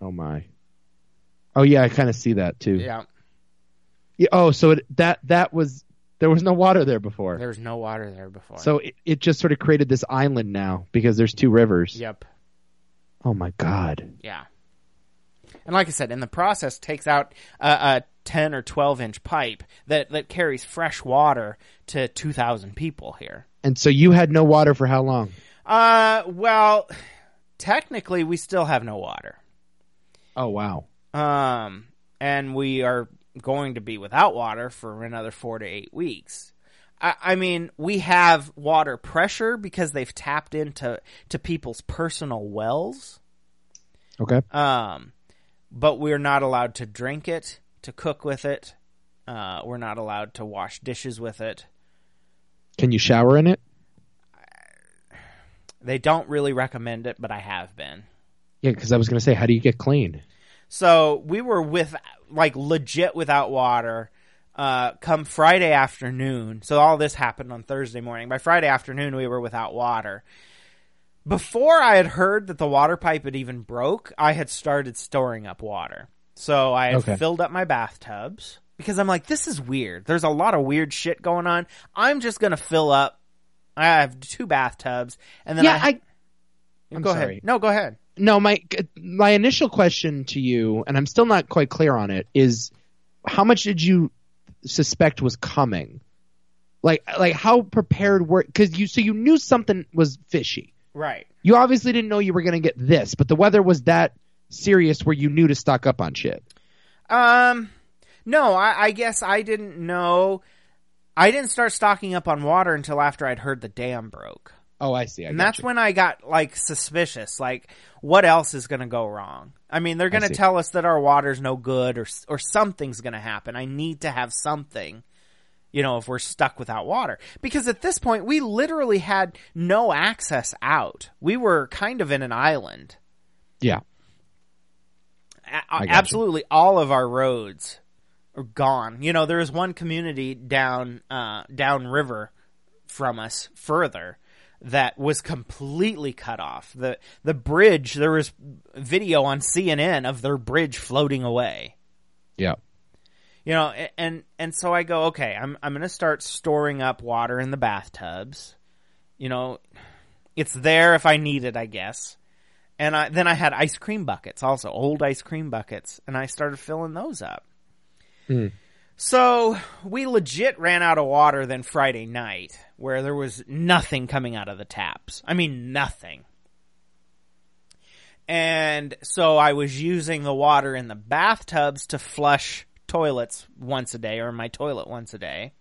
Oh my. Oh yeah, I kind of see that too. Yeah, Yeah, oh, so it, that that was there was no water there before. there was no water there before. So it, it just sort of created this island now because there's two rivers. yep. Oh my god. Yeah. And like I said, in the process, takes out a, a ten or twelve inch pipe that that carries fresh water to two thousand people here. And so you had no water for how long? Uh, well, technically, we still have no water. Oh wow. Um, and we are going to be without water for another four to eight weeks. I, I mean, we have water pressure because they've tapped into to people's personal wells. Okay. Um, but we're not allowed to drink it, to cook with it. Uh, we're not allowed to wash dishes with it. Can you shower in it? They don't really recommend it, but I have been. Yeah, because I was gonna say, how do you get clean? So we were with, like, legit without water. Uh, come Friday afternoon. So all this happened on Thursday morning. By Friday afternoon, we were without water. Before I had heard that the water pipe had even broke, I had started storing up water. So I had Okay. filled up my bathtubs because I'm like, this is weird. There's a lot of weird shit going on. I'm just gonna fill up. I have two bathtubs, and then yeah, I, I I'm go sorry. ahead. No, go ahead. No, my my initial question to you, and I'm still not quite clear on it, is how much did you suspect was coming? Like like how prepared were because you so you knew something was fishy. Right. You obviously didn't know you were going to get this, but the weather was that serious where you knew to stock up on shit. Um, no, I, I guess I didn't know. I didn't start stocking up on water until after I'd heard the dam broke. Oh, I see. I And that's when I got like suspicious. Like, what else is going to go wrong? I mean, they're going to see. tell us that our water's no good, or s- or something's going to happen. I need to have something, you know, if we're stuck without water. Because at this point, we literally had no access out. We were kind of in an island. yeah. a- gotcha. absolutely all of our roads are gone. You know, there is one community down uh, down river from us further that was completely cut off. the The bridge there was video on CNN of their bridge floating away. Yeah. You know, a- and and so I go, okay, I'm I'm going to start storing up water in the bathtubs. You know, it's there if I need it, I guess. And I then I had ice cream buckets, also old ice cream buckets, and I started filling those up. So we legit ran out of water then Friday night, where there was nothing coming out of the taps. I mean, nothing. And so I was using the water in the bathtubs to flush toilets once a day or my toilet once a day.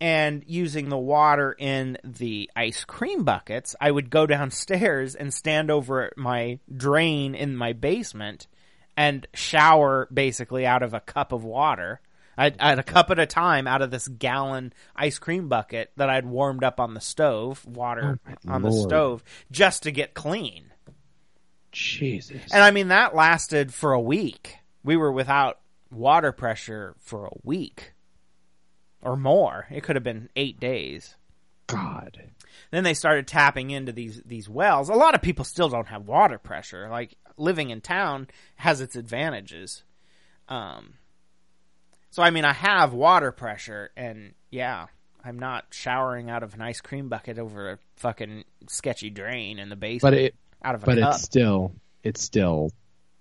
And using the water in the ice cream buckets, I would go downstairs and stand over my drain in my basement and shower basically out of a cup of water. I I had a cup at a time out of this gallon ice cream bucket that I'd warmed up on the stove, water on the Lord. stove, just to get clean. Jesus. And I mean, that lasted for a week. We were without water pressure for a week or more. It could have been eight days. God. Then they started tapping into these these wells. A lot of people still don't have water pressure. Like living in town has its advantages. Um, so I mean, I have water pressure, and yeah, I'm not showering out of an ice cream bucket over a fucking sketchy drain in the basement. But it out of a but cup. it's still it's still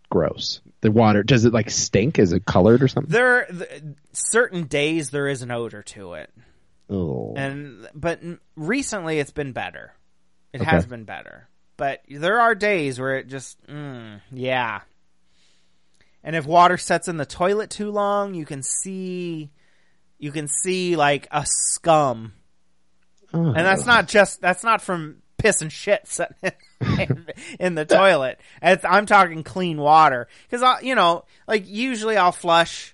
gross. The water does it like stink? Is it colored or something? there th- certain days there is an odor to it Oh. and but n- recently it's been better it Okay. has been better but there are days where it just mm, yeah and if water sets in the toilet too long you can see you can see like a scum and that's not just that's not from piss and shit sitting in, in the toilet. It's, I'm talking clean water because you know, like usually I'll flush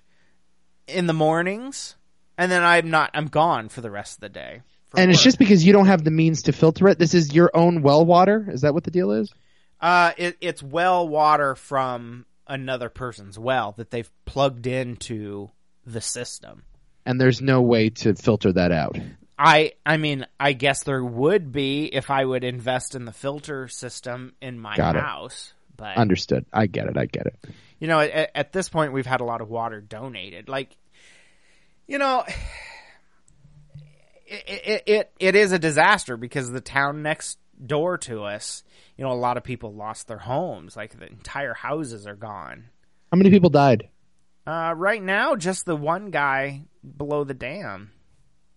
in the mornings, and then I'm not I'm gone for the rest of the day. for And it's work. just because you don't have the means to filter it. This is your own well water. Is that what the deal is? uh, it, it's well water from another person's well that they've plugged into the system. And there's no way to filter that out. I I mean I guess there would be if I would invest in the filter system in my Got it. house, but Understood. I get it. I get it. you know at, at this point we've had a lot of water donated like you know it, it, it, it is a disaster because the town next door to us you know a lot of people lost their homes like the entire houses are gone How many people died? uh, right now just the one guy below the dam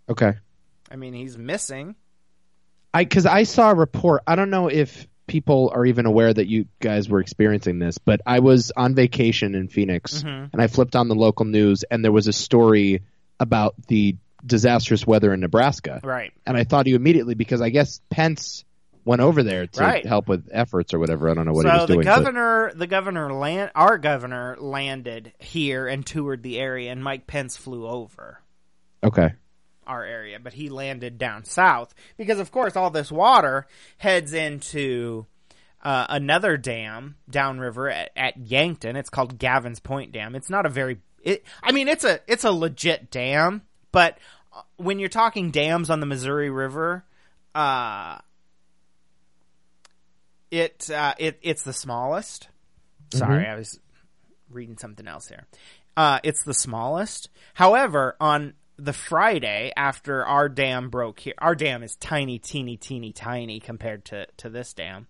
Okay. i mean he's missing I because I saw a report. I don't know if people are even aware that you guys were experiencing this, but I was on vacation in Phoenix Mm-hmm. and I flipped on the local news and there was a story about the disastrous weather in Nebraska. right And I thought of you immediately because I guess Pence went over there to Right. help with efforts or whatever. I don't know what he so was doing. the but- governor, the governor land, our governor landed here and toured the area, and Mike Pence flew over. okay. our area, but he landed down south because, of course, all this water heads into uh, another dam downriver at, at Yankton. It's called Gavin's Point Dam. It's not a very it. I mean, it's a it's a legit dam, but uh, when you're talking dams on the Missouri River, uh, it uh, it it's the smallest. Sorry, I was reading something else here. Uh, it's the smallest. However, on the Friday after our dam broke here, our dam is tiny, teeny, teeny, tiny compared to, to this dam.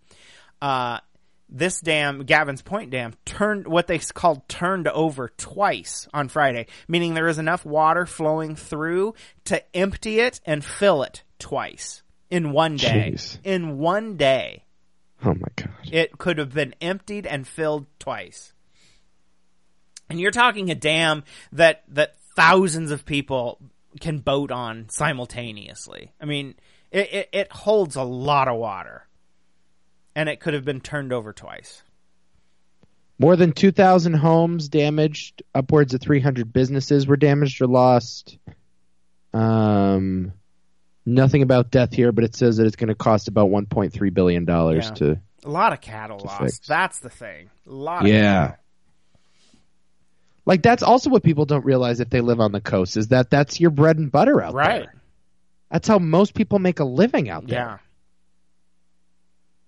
Uh, this dam, Gavin's Point Dam, turned what they s- called turned over twice on Friday, meaning there is enough water flowing through to empty it and fill it twice in one day. Jeez. In one day, Oh my god. it could have been emptied and filled twice. And you're talking a dam that that thousands of people can boat on simultaneously. I mean, it, it, it holds a lot of water, and it could have been turned over twice. More than 2,000 homes damaged. Upwards of 300 businesses were damaged or lost. Um, nothing about death here, but it says that it's going to cost about 1.3 billion dollars Yeah. to. A lot of cattle To lost. fix. That's the thing. A lot. Of cattle. Like that's also what people don't realize if they live on the coast is that that's your bread and butter out Right. there. That's how most people make a living out there. Yeah.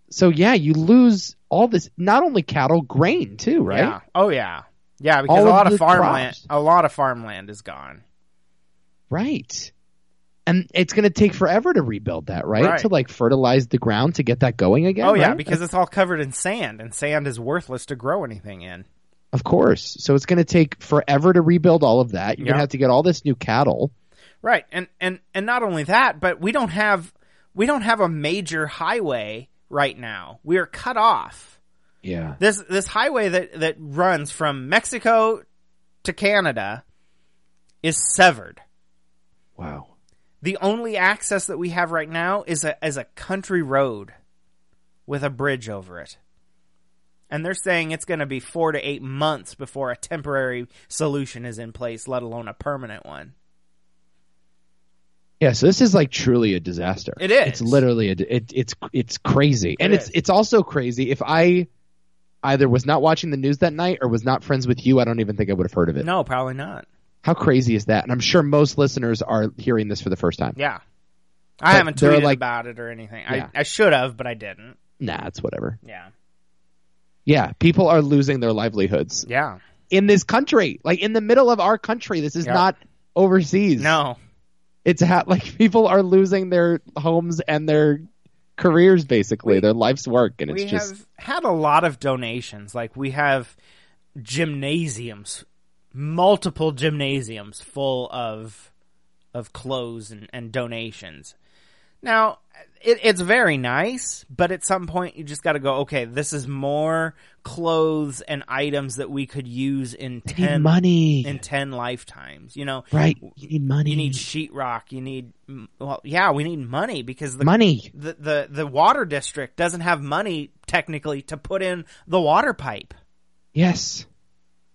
So yeah, you lose all this. Not only cattle, grain too, right? Yeah. Oh yeah. Yeah. Because All a of lot of the farmland, crops. a lot of farmland is gone. Right. And it's going to take forever to rebuild that, right? Right. To like fertilize the ground to get that going again. oh yeah, right? because it's all covered in sand, and sand is worthless to grow anything in. of course. So it's going to take forever to rebuild all of that. You're going Yeah. to have to get all this new cattle. Right. And and and not only that, but we don't have we don't have a major highway right now. We are cut off. Yeah. This this highway that that runs from Mexico to Canada is severed. Wow. The only access that we have right now is a is a country road with a bridge over it. And they're saying it's going to be 4 to 8 months before a temporary solution is in place, let alone a permanent one. Yeah. So this is like truly a disaster. It is. It's literally a, it, it's it's crazy, and It it's is. it's also crazy. If I either was not watching the news that night or was not friends with you, I don't even think I would have heard of it. No, probably not. How crazy is that? And I'm sure most listeners are hearing this for the first time. Yeah. I haven't they're tweeted like- about it or anything. Yeah. I, I should have, but I didn't. Nah, it's whatever. Yeah. Yeah, people are losing their livelihoods Yeah. in this country, like in the middle of our country. This is Yeah. not overseas. No. it's ha- like people are losing their homes and their careers, basically their life's work, and We it's just have had a lot of donations. Like we have gymnasiums, multiple gymnasiums full of of clothes and, and donations. Now, it, it's very nice, but at some point you just got to go. Okay, this is more clothes and items that we could use in You need ten money, in ten lifetimes. You know, right? You need money. you need sheetrock. You need well, yeah, we need money because the money. the, the the water district doesn't have money technically to put in the water pipe. Yes,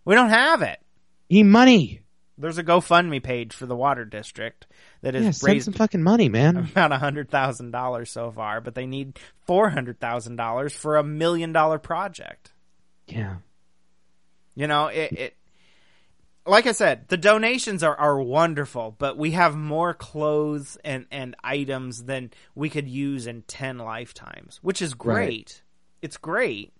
We don't have it. you need money. There's a GoFundMe page for the water district that has Yeah, send raised some fucking money, man. about hundred thousand dollars so far, but they need four hundred thousand dollars for a million dollar project. Yeah, You know, it, it like I said, the donations are, are wonderful, but we have more clothes and, and items than we could use in ten lifetimes, which is great. It's great.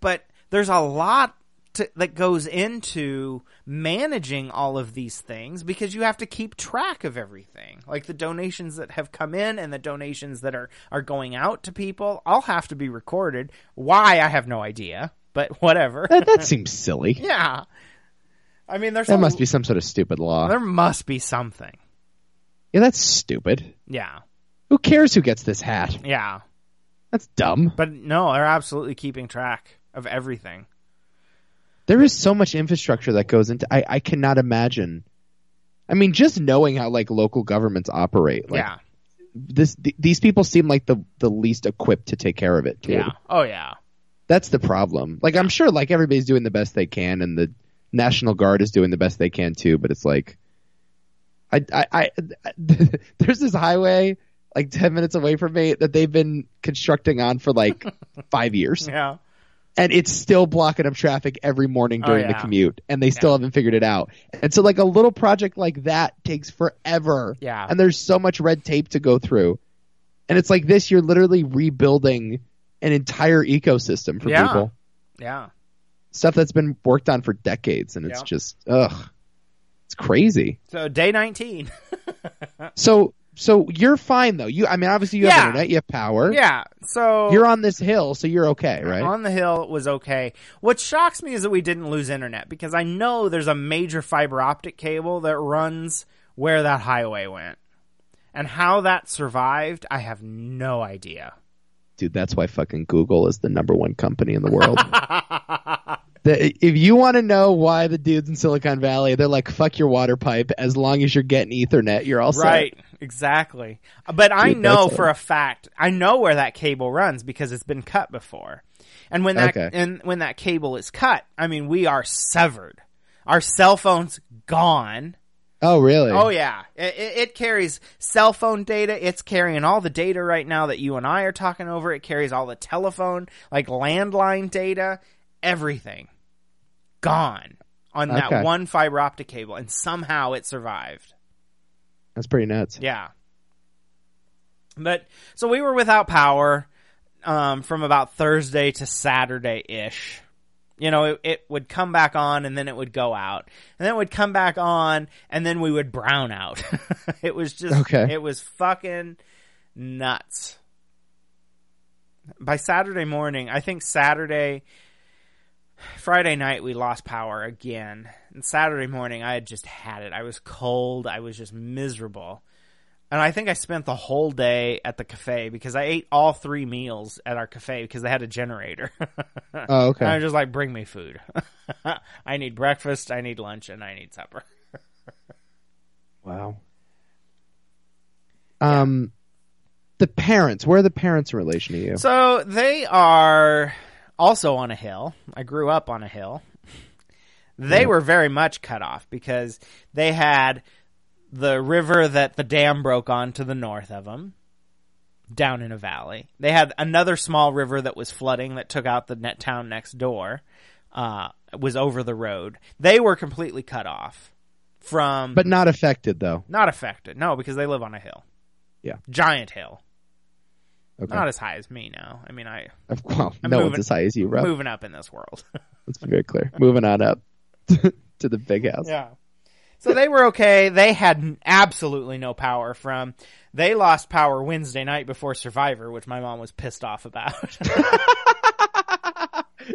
But there's a lot to, that goes into managing all of these things because you have to keep track of everything. Like the donations that have come in and the donations that are, are going out to people all have to be recorded. Why, I have no idea, but whatever. that, that seems silly. Yeah. I mean, there's That a- must be some sort of stupid law. there must be something. Yeah, that's stupid. Yeah, Who cares who gets this hat? yeah, That's dumb. but no, they're absolutely keeping track of everything. There is so much infrastructure that goes into. I, I cannot imagine. I mean, just knowing how like local governments operate, like yeah, this, th- these people seem like the the least equipped to take care of it. Too. yeah, oh yeah, that's the problem. Like I'm sure like everybody's doing the best they can, and the National Guard is doing the best they can too. But it's like, I I, I there's this highway like ten minutes away from me that they've been constructing on for like five years yeah, and it's still blocking up traffic every morning Oh, during the yeah. commute and they still haven't figured it out and so like a little project like that takes forever Yeah. and there's so much red tape to go through and it's like this you're literally rebuilding an entire ecosystem for Yeah. people yeah. stuff that's been worked on for decades and it's Yeah. just ugh it's crazy So day nineteen. so so you're fine though you i mean obviously you Yeah. have internet you have power yeah. So you're on this hill so you're okay right on the hill was okay. What shocks me is that we didn't lose internet because I know there's a major fiber optic cable that runs where that highway went, and how that survived, I have no idea. dude that's why fucking google is the number one company in the world The- if you want to know why the dudes in silicon valley they're like fuck your water pipe as long as you're getting ethernet you're all set." Right, exactly. But I Dude, know that's a- for a fact, I know where that cable runs because it's been cut before. And when that Okay. and when that cable is cut, I mean we are severed. Our cell phones gone. oh really Oh yeah, it, it it carries cell phone data. It's carrying all the data right now that you and I are talking over. It carries all the telephone, like landline data, everything gone on Okay. that one fiber optic cable, and somehow it survived. that's pretty nuts Yeah. But so we were without power um, from about Thursday to Saturday ish. You know, it, it would come back on and then it would go out, and then it would come back on and then we would brown out. it was just, Okay. it was fucking nuts. By Saturday morning, I think Saturday, Friday night we lost power again. And Saturday morning I had just had it. I was cold. I was just miserable. And I think I spent the whole day at the cafe because I ate all three meals at our cafe because they had a generator. oh okay And I was just like, bring me food. I need breakfast, I need lunch, and I need supper. wow um the parents where are the parents in relation to you So they are also on a hill. I grew up on a hill. They were very much cut off because they had the river that the dam broke on to the north of them down in a valley. They had another small river that was flooding that took out the net town next door. Uh, was over the road. They were completely cut off from, but not affected though not affected. No, because they live on a hill. Yeah. Giant hill. Okay. Not as high as me, no. I mean, I Of- well, I'm no moving- one's as high as you, Rob. moving up in this world. Let's be very clear. Moving on up to the big house. Yeah. So they were okay. They had n- absolutely no power from. They lost power Wednesday night before Survivor, which my mom was pissed off about.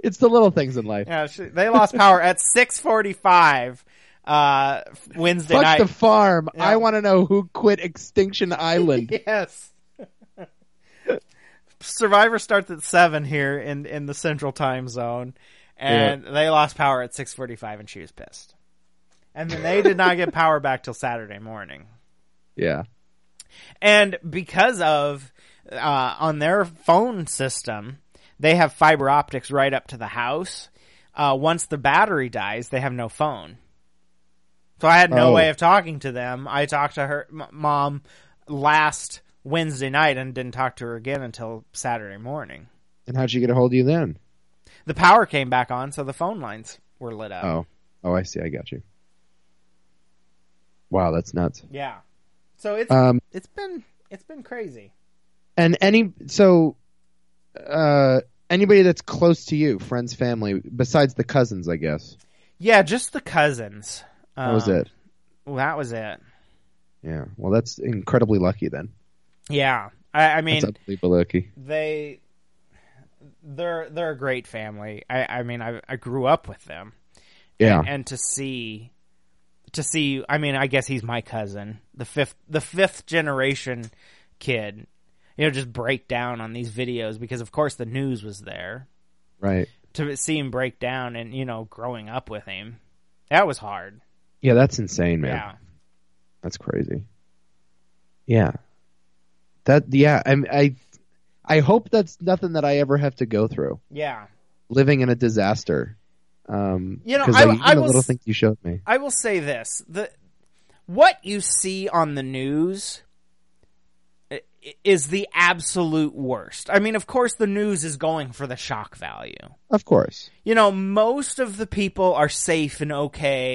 It's the little things in life. yeah, she, they lost power at 6:45 uh Wednesday Fuck night. the farm. Yeah. I want to know who quit Extinction Island. yes. Survivor starts at 7 here in in the central time zone and they lost power at 6:45 and she was pissed. And then they did not get power back till Saturday morning. yeah. and because of uh, on their phone system they have fiber optics right up to the house uh, once the battery dies they have no phone so i had no Oh. way of talking to them i talked to her m- mom last wednesday night and didn't talk to her again until saturday morning And how'd she get a hold of you then? the power came back on so the phone lines were lit up Oh. Oh, I see. I got you. Wow, that's nuts. yeah so it's Um, it's been it's been crazy and any so uh anybody that's close to you friends family besides the cousins i guess yeah just the cousins that was Um, it well, that was it Uh. yeah well that's incredibly lucky then yeah i, I mean that's unbelievably lucky they they're they're a great family. I I mean I I grew up with them yeah and to see to see I mean I guess he's my cousin, the fifth the fifth generation kid. You know, just break down on these videos because of course the news was there. right To see him break down and you know growing up with him. That was hard. yeah that's insane man Yeah. that's crazy yeah that yeah i i i hope that's nothing that i ever have to go through Yeah. living in a disaster um You know, 'cause I- even I the will little s- thing you showed me I will say this: the what you see on the news i- is the absolute worst. I mean, of course, the news is going for the shock value. of course You know, most of the people are safe and okay,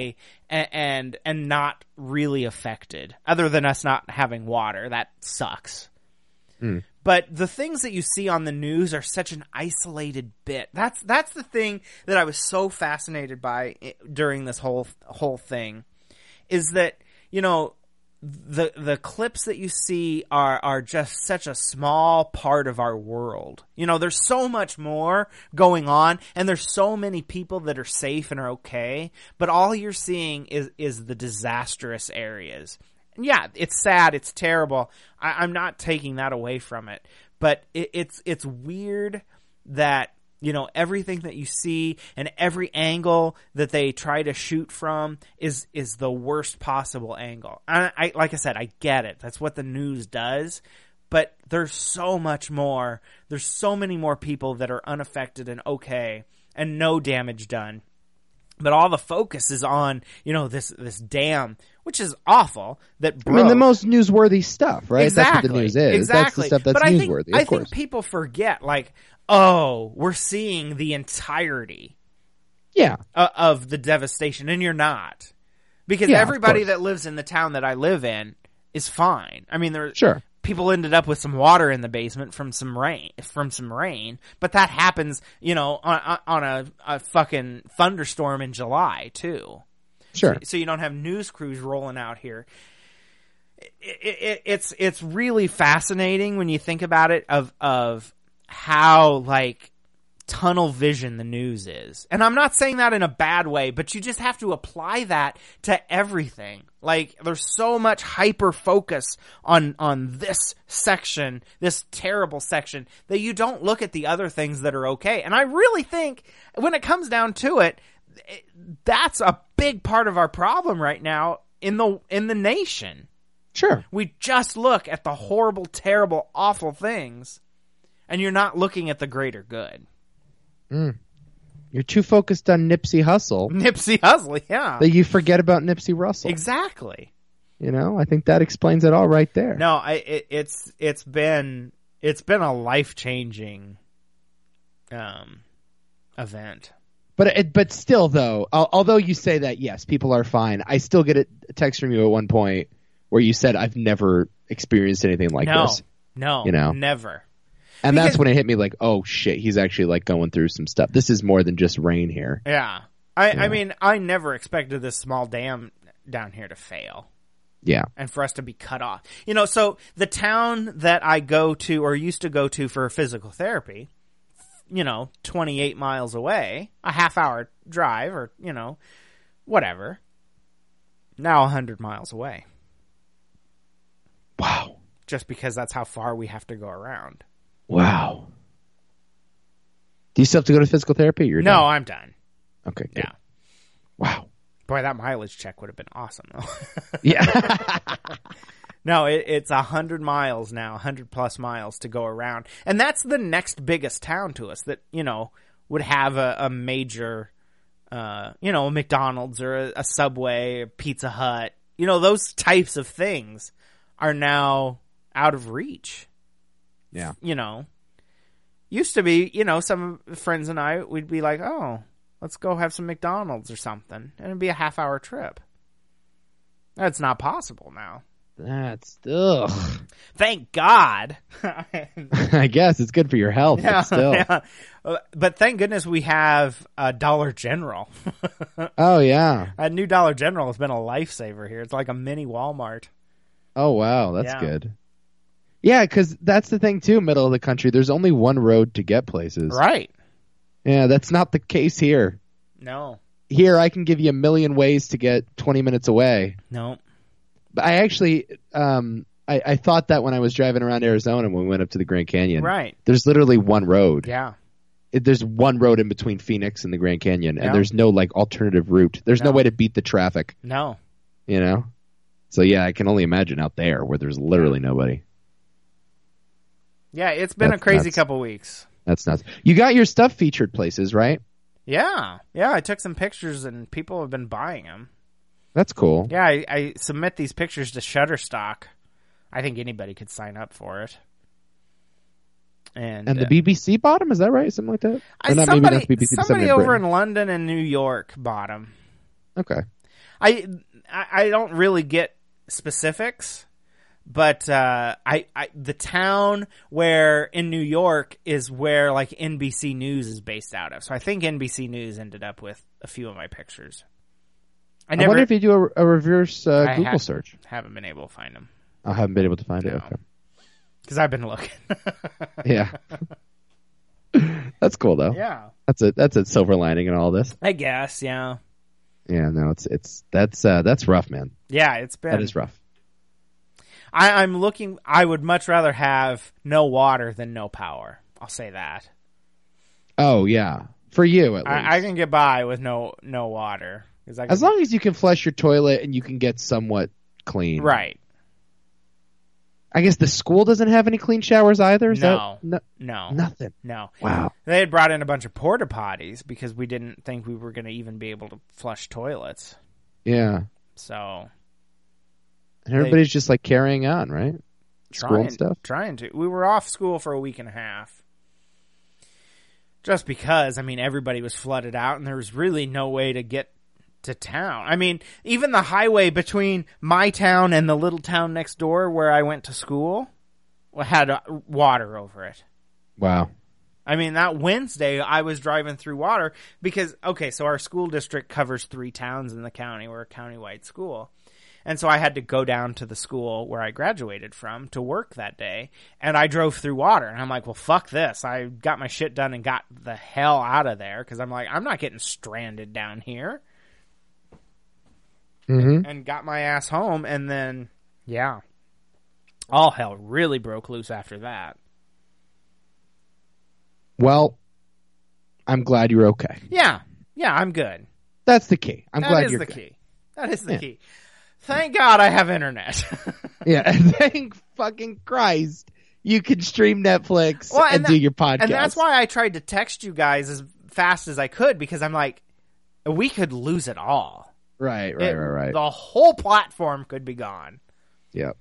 and and, and not really affected, other than us not having water. That sucks. But the things that you see on the news are such an isolated bit. That's that's the thing that I was so fascinated by i- during this whole whole thing is that you know the the clips that you see are are just such a small part of our world. You know, there's so much more going on and there's so many people that are safe and are okay, but all you're seeing is is the disastrous areas. And yeah, it's sad, it's terrible. I, I'm not taking that away from it, but it, it's it's weird that you know everything that you see and every angle that they try to shoot from is is the worst possible angle. And I like I said, I get it. That's what the news does. But there's so much more. There's so many more people that are unaffected and okay and no damage done but all the focus is on you know this this dam, which is awful. That I broke. mean, the most newsworthy stuff, right? That's exactly what the news is. Exactly. That's the stuff that's but I think, newsworthy, I of course. think people forget, like, oh, we're seeing the entirety yeah, uh, of the devastation, and you're not because Yeah, of everybody course. that lives in the town that I live in is fine. I mean, there sure. people ended up with some water in the basement from some rain from some rain but that happens you know on, on- on a, a fucking thunderstorm in july too Sure. so you don't have news crews rolling out here. It, it, it's it's really fascinating when you think about it of of how like tunnel vision the news is, and I'm not saying that in a bad way, but you just have to apply that to everything. Like there's so much hyper focus on on this section, this terrible section, that you don't look at the other things that are okay. And I really think when it comes down to it, that's a big part of our problem right now in the in the nation. Sure. We just look at the horrible, terrible, awful things and you're not looking at the greater good. You're too focused on Nipsey Hussle Nipsey Hussle, yeah. that you forget about Nipsey Russell. Exactly. you know, I think that explains it all right there. No, I it, it's it's been it's been a life-changing um event. But it, but still, though, al- although you say that, yes, people are fine. I still get a text from you at one point where you said I've never experienced anything like no, this. no, You know? never. And that's Because- when it hit me like, oh shit, he's actually like going through some stuff. This is more than just rain here. Yeah. I, I mean, I never expected this small dam down here to fail Yeah. and for us to be cut off. You know, so the town that I go to or used to go to for physical therapy, you know, 28 miles away, a half hour drive or, you know, whatever, now 100 miles away Wow. just because that's how far we have to go around. Wow. Do you still have to go to physical therapy? You're No, done? I'm done. Okay. good. Yeah. Wow. Boy, that mileage check would have been awesome though. Yeah. No, it, it's a hundred miles now, hundred plus miles to go around, and that's the next biggest town to us that you know would have a, a major, uh, you know, a McDonald's or a, a Subway, a Pizza Hut, you know, those types of things are now out of reach. yeah. You know, used to be, you know, some friends and I we'd be like, oh, let's go have some McDonald's or something, and it'd be a half hour trip. That's not possible now That's ugh. thank God. I guess it's good for your health, but still. Yeah. Uh, But thank goodness we have uh, Dollar General. Oh yeah. a new Dollar General has been a lifesaver here. It's like a mini Walmart. Oh wow, that's Yeah. good. Yeah, because that's the thing too. Middle of the country, there's only one road to get places. Right. Yeah, that's not the case here. No. Here, I can give you a million ways to get 20 minutes away. No. But I actually, um, I, I thought that when I was driving around Arizona when we went up to the Grand Canyon. Right. There's literally one road. Yeah. It- There's one road in between Phoenix and the Grand Canyon, Yeah. and there's no like alternative route. There's no No. way to beat the traffic. No. you know so yeah i can only imagine out there where there's literally nobody Yeah, it's been That- a crazy that's- couple weeks. that's nuts you got your stuff featured places right Yeah. Yeah, I took some pictures and people have been buying them. that's cool Yeah, I, I submit these pictures to Shutterstock. I think anybody could sign up for it. And, and uh, the bbc bought 'em, is that right something like that I- Or not, maybe somebody, not the BBC, but somebody in over Britain. in London and New York bought 'em. okay I I I don't really get specifics, but uh, I, I the town where in New York is where like NBC News is based out of. So I think NBC News ended up with a few of my pictures. I i, never wonder if you do a, a reverse uh, I google have- search haven't been able to find them i haven't been able to find it No. okay because I've been looking. yeah that's cool though yeah, that's a that's a silver lining in all this I guess. Yeah, yeah no it's it's that's uh that's rough man yeah. It's been. that is rough I, I'm looking. I would much rather have no water than no power. I'll say that. oh yeah for you at least I, I can get by with no no water. 'Cause I as can- long as you can flush your toilet and you can get somewhat clean right. I guess the school doesn't have any clean showers either. Is No. that No. no, nothing? No. Wow. They had brought in a bunch of porta potties because we didn't think we were going to even be able to flush toilets. Yeah, So and everybody's just like carrying on, right? School trying and stuff. trying to. We were off school for a week and a half. Just because I mean everybody was flooded out and there was really no way to get to town. I mean, even the highway between my town and the little town next door where I went to school had uh, water over it. Wow. I mean, that Wednesday I was driving through water because, okay, so our school district covers three towns in the county. We're a countywide school. And so I had to go down to the school where I graduated from to work that day. And I drove through water. And I'm like, well, fuck this. I got my shit done and got the hell out of there because I'm like, I'm not getting stranded down here. Mhm. And got my ass home. And then, yeah, all hell really broke loose after that. Well, I'm glad you're okay. Yeah. Yeah, I'm good. That's the key. I'm That is glad you're the good. key. That is the key. Thank God I have internet. Yeah. And thank fucking Christ, you can stream Netflix Well, and, and do that- your podcast. and that's why I tried to text you guys as fast as I could because I'm like, we could lose it all. Right. Right. It- Right. Right. The whole platform could be gone. yeah.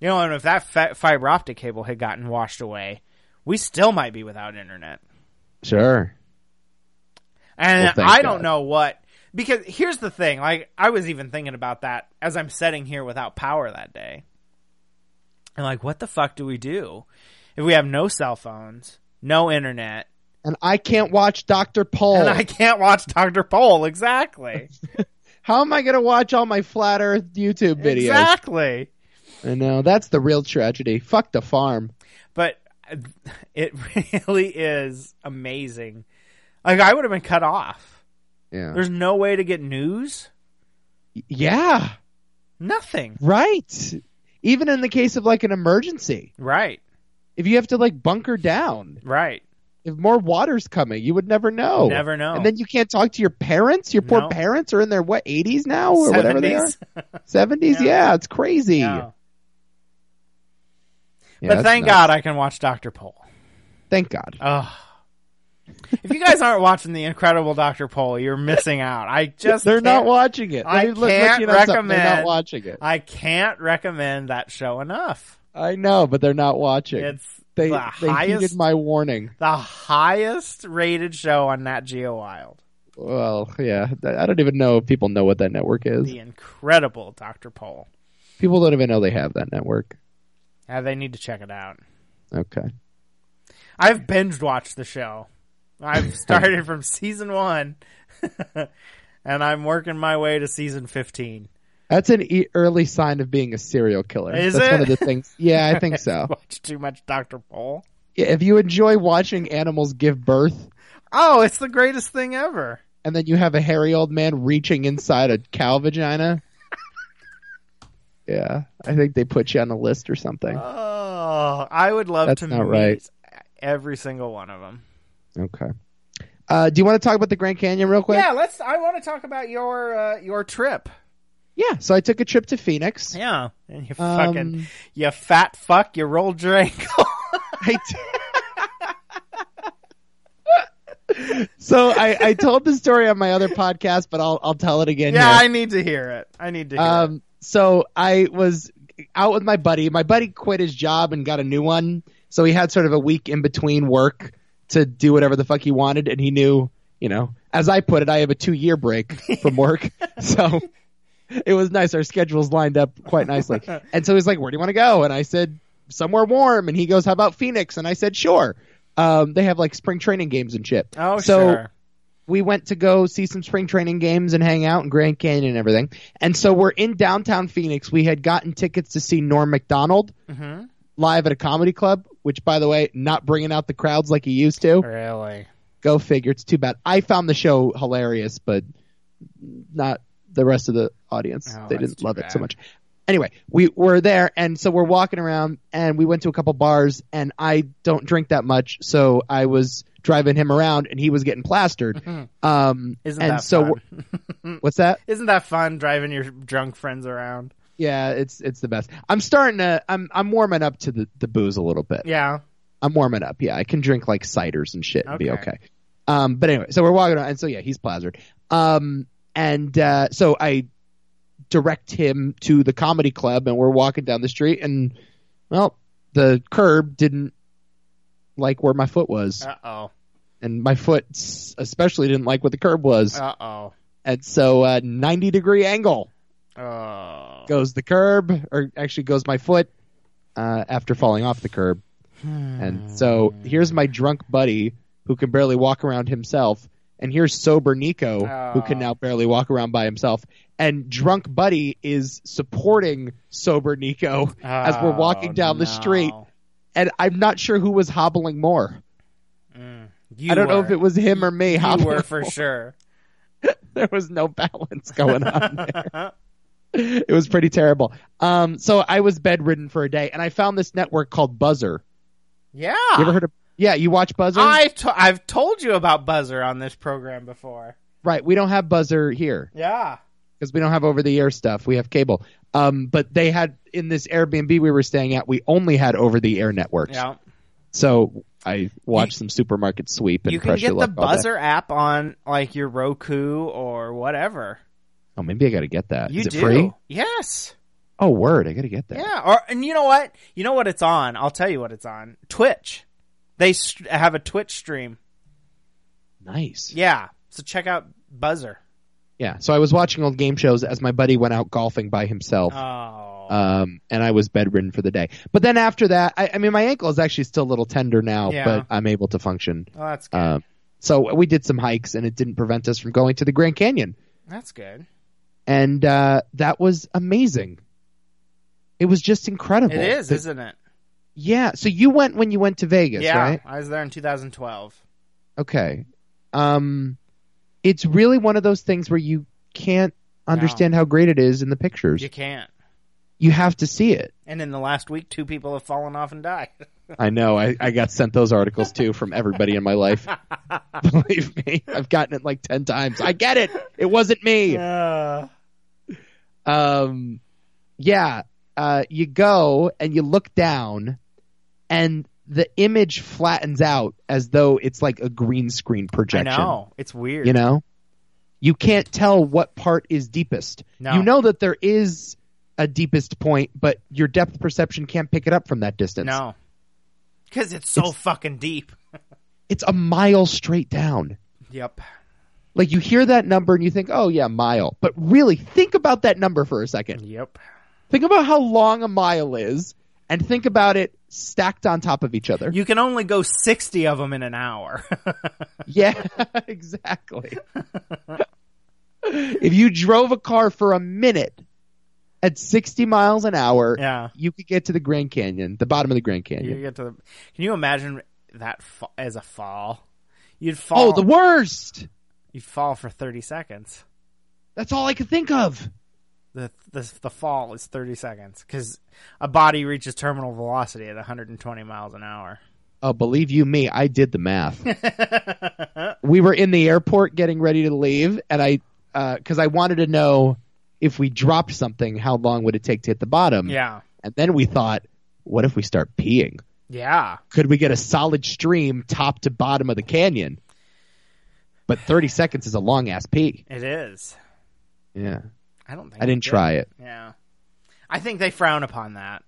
You know, and if that fa- fiber optic cable had gotten washed away, we still might be without internet. Sure. And Well, thank I don't God. know what because here's the thing like i was even thinking about that as i'm sitting here without power that day and like what the fuck do we do if we have no cell phones no internet And I can't watch Dr. Paul. and i can't watch dr pole exactly How am I going to watch all my flat earth YouTube videos? exactly I know. That's the real tragedy. Fuck the farm. but it really is amazing like i would have been cut off Yeah. there's no way to get news yeah. nothing Right. Even in the case of like an emergency, right if you have to like bunker down, right if more water's coming, you would never know. Never know. Oh. And then you can't talk to your parents. Your poor No. parents are in their what, 80s now or whatever they are? 70s? 70s? Yeah, it's crazy. Yeah. but Yeah, that's thank nuts. God I can watch Doctor Pole. Thank God. Ugh. if you guys aren't watching the Incredible Doctor Pole, you're missing out. I just They're not can't- watching it. I Let me let- let can't you know something. They're recommend- not watching it. I can't recommend that show enough. I know, but they're not watching. It's they the they highest, heeded my warning. the highest rated show on Nat Geo Wild. Well, yeah, th- I don't even know if people know what that network is. The Incredible Doctor Pole. People don't even know they have that network. Yeah, they need to check it out. Okay. I've binge watched the show. I've started from season one, and I'm working my way to season fifteen. That's an e- early sign of being a serial killer. Is That's it? one of the things. Yeah, I think so. Watch too much Doctor Pole. Yeah, if you enjoy watching animals give birth Oh, it's the greatest thing ever. and then you have a hairy old man reaching inside a cow vagina. yeah, I think they put you on a list or something. Uh. Oh, I would love That's to meet not right. every single one of them. Okay. Uh, do you want to talk about the Grand Canyon real quick? yeah, let's. I want to talk about your uh, your trip. Yeah. So I took a trip to Phoenix. Yeah, and you Um, fucking you fat fuck. You rolled your ankle. I t- so I, I told the story on my other podcast, but I'll I'll tell it again. yeah, I here. need to hear it. I need to hear it. um. So I was out with my buddy. My buddy quit his job and got a new one. So he had sort of a week in between work to do whatever the fuck he wanted, and he knew, you know, as I put it, I have a two year break from work. so it was nice. Our schedules lined up quite nicely. and so he's like, "Where do you want to go?" And I said, "Somewhere warm." And he goes, "How about Phoenix?" And I said, "Sure." Um, they have like spring training games and shit. Oh, so sure. we went to go see some spring training games and hang out in Grand Canyon and everything. And so we're in downtown Phoenix. We had gotten tickets to see Norm Macdonald live at a comedy club, which, by the way, not bringing out the crowds like he used to. Really? Go figure. It's too bad. I found the show hilarious, but not the rest of the audience. Oh, they that's didn't too love it so bad. much. Anyway, we were there, and so we're walking around, and we went to a couple bars, and I don't drink that much, so I was driving him around, and he was getting plastered. Um, Mm-hmm. Isn't and that so fun? what's that? Isn't that fun driving your drunk friends around? Yeah, it's it's the best. I'm starting to. I'm I'm warming up to the the booze a little bit. Yeah. I'm warming up. Yeah, I can drink like ciders and shit and be Okay. okay. Um, but anyway, so we're walking on, and so yeah, he's plastered. Um, and uh, so I direct him to the comedy club, and we're walking down the street, and well, the curb didn't like where my foot was, Uh oh. and my foot s- especially didn't like what the curb was, Uh oh. and so uh, 90 degree angle Oh. goes the curb, or actually goes my foot uh, after falling off the curb. And so here's my drunk buddy who can barely walk around himself, and here's sober Nico who can now barely walk around by himself. And drunk buddy is supporting sober Nico as we're walking Oh, down the no. street, and I'm not sure who was hobbling more. You I don't know were. if it was him or me. You hobbling were for sure. there was no balance going on there. it was pretty terrible. Um, so I was bedridden for a day, and I found this network called Buzzer. Yeah. You ever heard of? Yeah, you watch Buzzer, Ah. I to- I've told you about Buzzer on this program before. right? We don't have Buzzer here Yeah. because we don't have over-the-air stuff. We have cable. Um, but they had in this Airbnb we were staying at, we only had over-the-air networks. Yeah. So I watched some supermarket sweep and You can pressure get the luck all that. Buzzer app on like your Roku or whatever. Oh, maybe I got to get that. You Is it do. free? Yes. Oh, word! I got to get that. Yeah. Or and you know what? You know what it's on? I'll tell you what it's on. Twitch. They st- have a Twitch stream. Nice. Yeah. So check out Buzzer. Yeah. So I was watching old game shows as my buddy went out golfing by himself. Oh. Um, and I was bedridden for the day. But then after that, I, I mean, my ankle is actually still a little tender now, Yeah. but I'm able to function. well, that's good. Um, so we did some hikes, and it didn't prevent us from going to the Grand Canyon, that's good. and uh, that was amazing. It was just incredible. It is, The- isn't it? yeah. So you went when you went to Vegas, yeah. right? I was there in 2012. Okay. Um, it's really one of those things where you can't understand how great it is in the pictures. You can't. You have to see it. And in the last week, two people have fallen off and died. I know. I, I got sent those articles too from everybody in my life. Believe me, I've gotten it like ten times. I get it. It wasn't me. Uh, Um, yeah. Uh, you go and you look down, and the image flattens out as though it's like a green screen I projection. know. It's weird. You know, you can't tell what part is deepest. No. You know that there is a deepest point, but your depth perception can't pick it up from that distance. No. Because it's so fucking deep. it's a mile straight down. Yep. Like you hear that number and you think, oh yeah, mile. But really, think about that number for a second. Yep. Think about how long a mile is, and think about it stacked on top of each other. You can only go 60 of them in an hour. yeah, exactly. if you drove a car for a minute at 60 miles an hour, Yeah. you could get to the Grand Canyon, the bottom of the Grand you Canyon. get to the, can you imagine that fa- as a fall? You'd fall. Oh, the worst! you'd fall for 30 seconds. That's all I could think of. the the, the fall is 30 seconds because a body reaches terminal velocity at 120 miles an hour. Oh, believe you me, I did the math. we were in the airport getting ready to leave, and I, because I wanted to know if we dropped something, how long would it take to hit the bottom? Yeah, And then we thought, what if we start peeing? yeah, Could we get a solid stream top to bottom of the canyon? But 30 seconds is a long ass pee. it is. Yeah. I don't think I didn't they did. try it. Yeah, I think they frown upon that.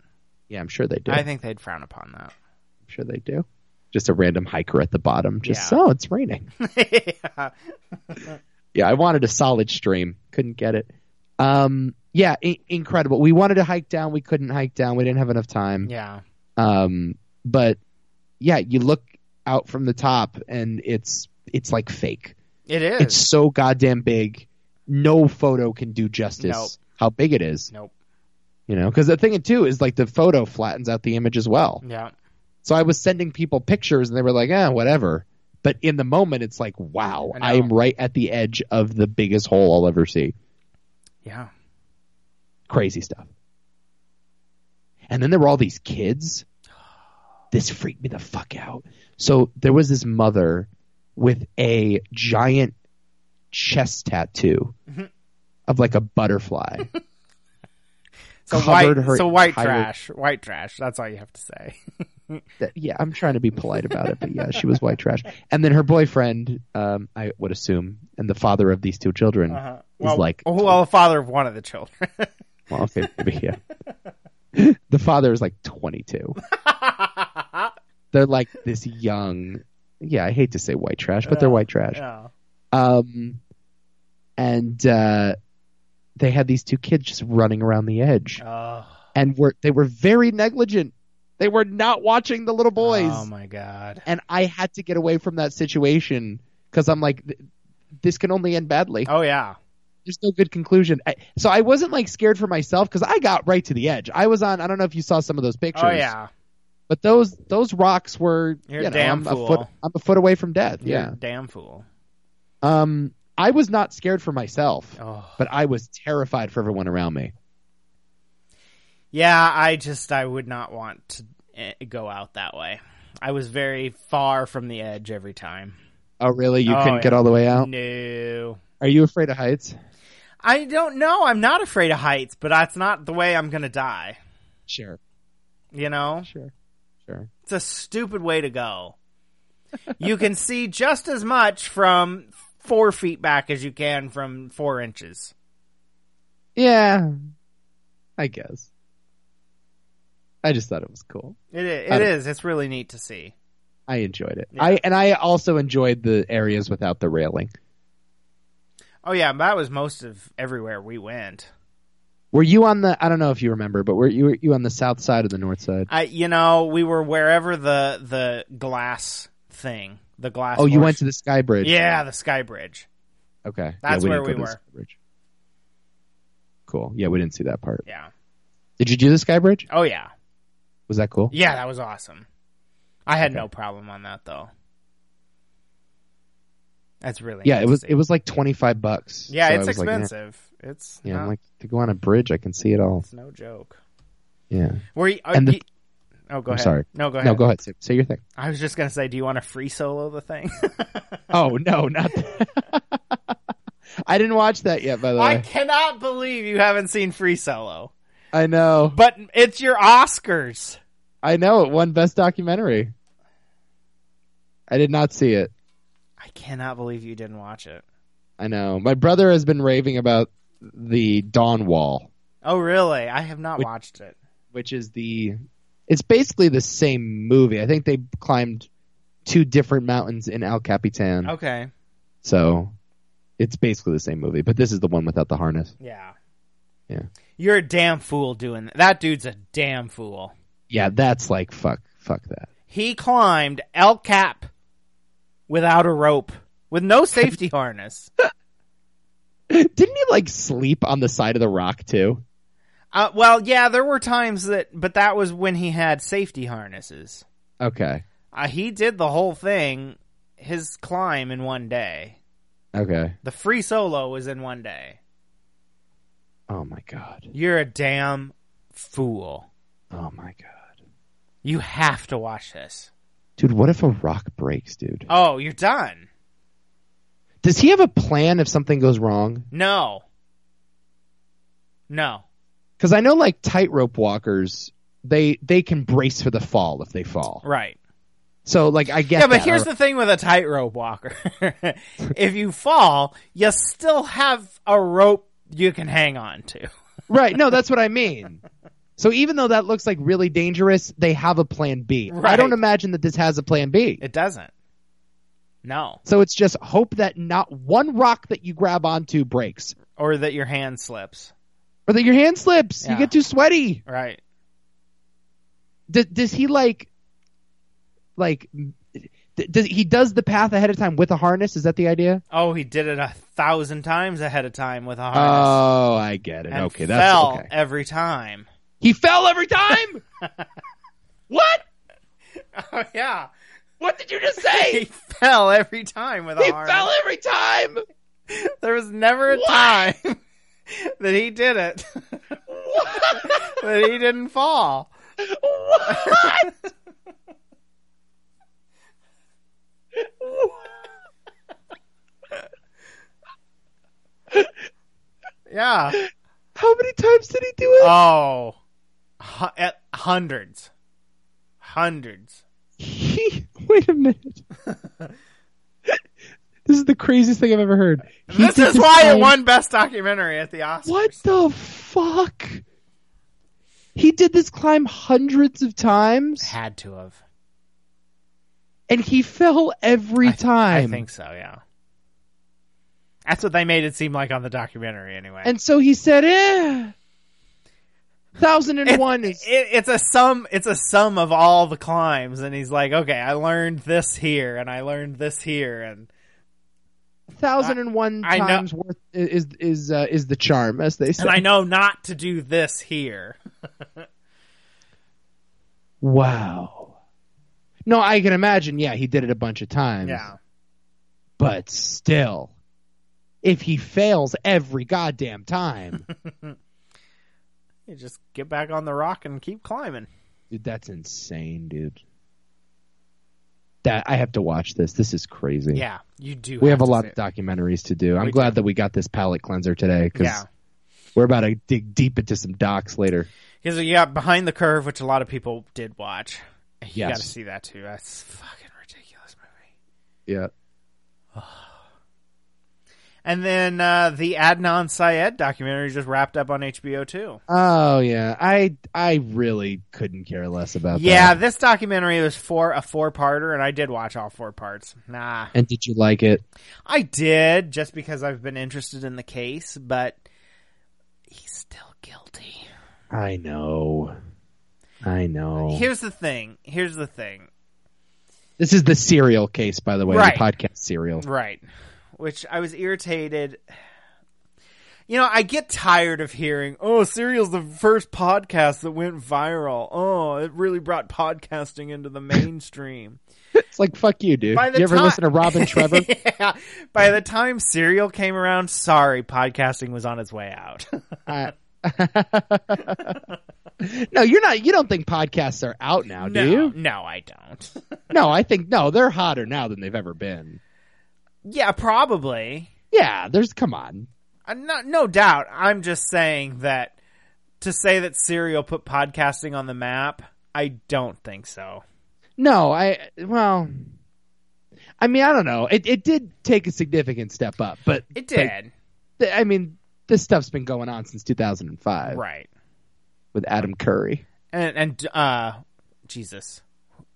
Yeah, I'm sure they do. I I'm think they'd frown upon that. sure they do. Just a random hiker at the bottom. Just, Yeah. oh, it's raining. yeah. Yeah, I wanted a solid stream. Couldn't get it. Um, yeah, I- incredible. We wanted to hike down. We couldn't hike down. We didn't have enough time. yeah, Um, but yeah, you look out from the top and it's it's like fake. it is. It's so goddamn big. No photo can do justice Nope. how big it is. Nope. You know, because the thing too is like the photo flattens out the image as well. Yeah, So I was sending people pictures and they were like, eh, whatever. But in the moment, it's like, wow, I know. I am right at the edge of the biggest hole I'll ever see. yeah. crazy stuff. And then there were all these kids. This freaked me the fuck out. So there was this mother with a giant chest tattoo of like a butterfly. So Covered white, her so white entire- trash, white trash. That's all you have to say. That- yeah, I'm trying to be polite about it, but yeah, she was white trash. And then her boyfriend, um, I would assume, and the father of these two children Uh-huh. is like oh, well, the father of one of the children. Well, okay, maybe, yeah. the father is like 22. they're like this young. Yeah, I hate to say white trash, but they're white trash. yeah, Um, and uh, they had these two kids just running around the edge, oh, and were they were very negligent. They were not watching the little boys, oh my god. and I had to get away from that situation because I'm like, th- this can only end badly Oh yeah, there's no good conclusion. I, so I wasn't like scared for myself because I got right to the edge. I was on. I don't know if you saw some of those pictures. oh yeah. But those those rocks were. You're a you know, damn I'm fool. a foot. I'm a foot away from death. You're yeah. a damn fool. Um. I was not scared for myself, Oh. but I was terrified for everyone around me. Yeah, I just I would not want to eh, go out that way. I was very far from the edge every time. Oh, really? You Oh, couldn't yeah. get all the way out? No. Are you afraid of heights? I don't know. I'm not afraid of heights, but that's not the way I'm going to die, Sure. you know? Sure. Sure. It's a stupid way to go. you can see just as much from 4 feet back as you can from 4 inches. Yeah. I guess. I just thought it was cool. It i- I it don't- is. It's really neat to see. I enjoyed it. Yeah. I and I also enjoyed the areas without the railing. Oh yeah, that was most of everywhere we went. Were you on the? I don't know if you remember, but were you were you on the south side or the north side? I, you know, we were wherever the the glass thing, the glass. Oh, you horse- went to the Sky Bridge. yeah, the sky bridge. Okay. Yeah, That's didn't where go we to the were. Sky Bridge. Cool. Yeah, we didn't see that part. Yeah. Did you do the Sky Bridge? Oh yeah, Was that cool? yeah, that was awesome. I had no problem on that though. That's really Yeah, neat it to was see. it was like twenty five bucks. Yeah, So I it's was like, eh. expensive. Uh-huh. It's yeah, I'm not- like to go on a bridge, I can see it all. it's no joke. Yeah. Were you, are And the- you- oh, go I'm ahead. sorry. No, go ahead. No, go ahead. Say, say your thing. I was just gonna say, do you want to free solo the thing? Oh no, not. I didn't watch that yet. By the I way, cannot believe you haven't seen Free Solo, I know. but it's your Oscars. I know it won best documentary. I did not see it. I cannot believe you didn't watch it. I know. My brother has been raving about the Dawn Wall, Oh, really? I have not watched it. which is the it's basically the same movie. I think they climbed two different mountains in El Capitan. Okay. So it's basically the same movie, but this is the one without the harness. Yeah. Yeah. You're a damn fool doing that. That dude's a damn fool. Yeah, that's like fuck fuck that. He climbed El Cap without a rope, with no safety harness. Didn't he like sleep on the side of the rock too? Uh, well, yeah, there were times that, but that was when he had safety harnesses. Okay. Uh, he did the whole thing, his climb in one day. Okay. The free solo was in one day. Oh my god. You're a damn fool. Oh my god. You have to watch this. Dude, what if a rock breaks, dude? Oh, you're done. Does he have a plan if something goes wrong? No. No. Because I know like tightrope walkers, they they can brace for the fall if they fall. Right. So like I get Yeah, but that. here's the thing with a tightrope walker. if you fall, you still have a rope you can hang on to. right. No, that's what I mean. So even though that looks like really dangerous, they have a plan B. I Right. don't imagine that this has a plan B. It doesn't. No. So it's just hope that not one rock that you grab onto breaks, Or that your hand slips. or that your hand slips. Yeah. You get too sweaty. Right. D- does he like, like, d- does he does the path ahead of time with a harness? Is that the idea? Oh, he did it a thousand times ahead of time with a harness. Oh, I get it. and okay, that's fell okay. every time. He fell every time. what? Oh yeah, What did you just he say? fell every time with a he harness. fell every time. There was never a time that he did it What? that he didn't fall. what? Yeah. How many times did he do it? Oh, Hu- at hundreds, hundreds. he, wait a minute. this is the craziest thing I've ever heard. He this did is the why time- it won Best Documentary at the Oscars. What the fuck? He did this climb hundreds of times, Had to have. and he fell every time. I think so. Yeah. That's what they made it seem like on the documentary, anyway. And so he said, eh. Thousand and one it, is it- it's a sum it's a sum of all the climbs and he's like okay i learned this here and i learned this here and thousand and one I know- times worth is is uh, is the charm, as they say. and i know not to do this here Wow. No, I can imagine. Yeah, he did it a bunch of times. yeah but still, if he fails every goddamn time, you just get back on the rock and keep climbing dude, that's insane, dude. That I have to watch this. This is crazy. yeah you do we have, a to lot see it. of documentaries to do. I'm We glad that we got this palate cleanser today because yeah we're about to dig deep into some docs later. because you got behind the curve which a lot of people did watch you Yes. got to see that too that's a fucking ridiculous movie Yeah. And then uh, the Adnan Syed documentary just wrapped up on HBO too. Oh yeah, I I really couldn't care less about yeah, that. this documentary was for a four-parter, and I did watch all four parts. Nah, And did you like it? I did just because I've been interested in the case, but he's still guilty. I know. I know. Here's the thing. Here's the thing. this is the serial case, by the way, Right. the podcast serial. Right. Which I was irritated. You know, I get tired of hearing, oh, Serial's the first podcast that went viral. Oh, it really brought podcasting into the mainstream. It's like fuck you, dude. By the You ever ti- listen to Robin Trevor? yeah. By the time Serial came around, sorry, podcasting was on its way out. I- no, you're not. You don't think podcasts are out now, Oh, do no, you? no, I don't. No, I think no. They're hotter now than they've ever been. yeah, probably. Yeah, there's. Come on. i not, no doubt. I'm just saying that to say that Serial put podcasting on the map, I don't think so. No, I well, I mean, I don't know. It it did take a significant step up, but It but did. th- I mean, this stuff's been going on since 2005 right. with Adam Curry, And, and, uh, Jesus.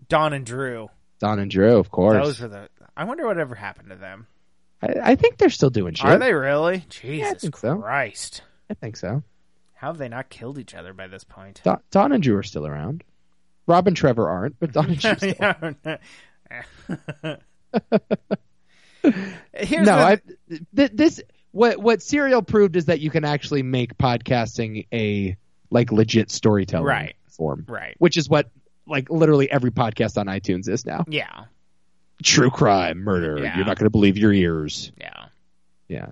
Don and Drew. Don and Drew, of course. Those were the. I wonder whatever happened to them. I, I think they're still doing shit. Are they really? Jesus think so. Christ. I think so. How have they not killed each other by this point? Don, Don and Drew are still around. Rob and Trevor aren't, but Don and Drew. Still. Yeah. Here's no, the- I th- this what what Serial proved is that you can actually make podcasting a like legit storytelling Right. form, Right. Which is what like literally every podcast on iTunes is now. Yeah. true crime, murder. Yeah. You're not going to believe your ears. Yeah. Yeah.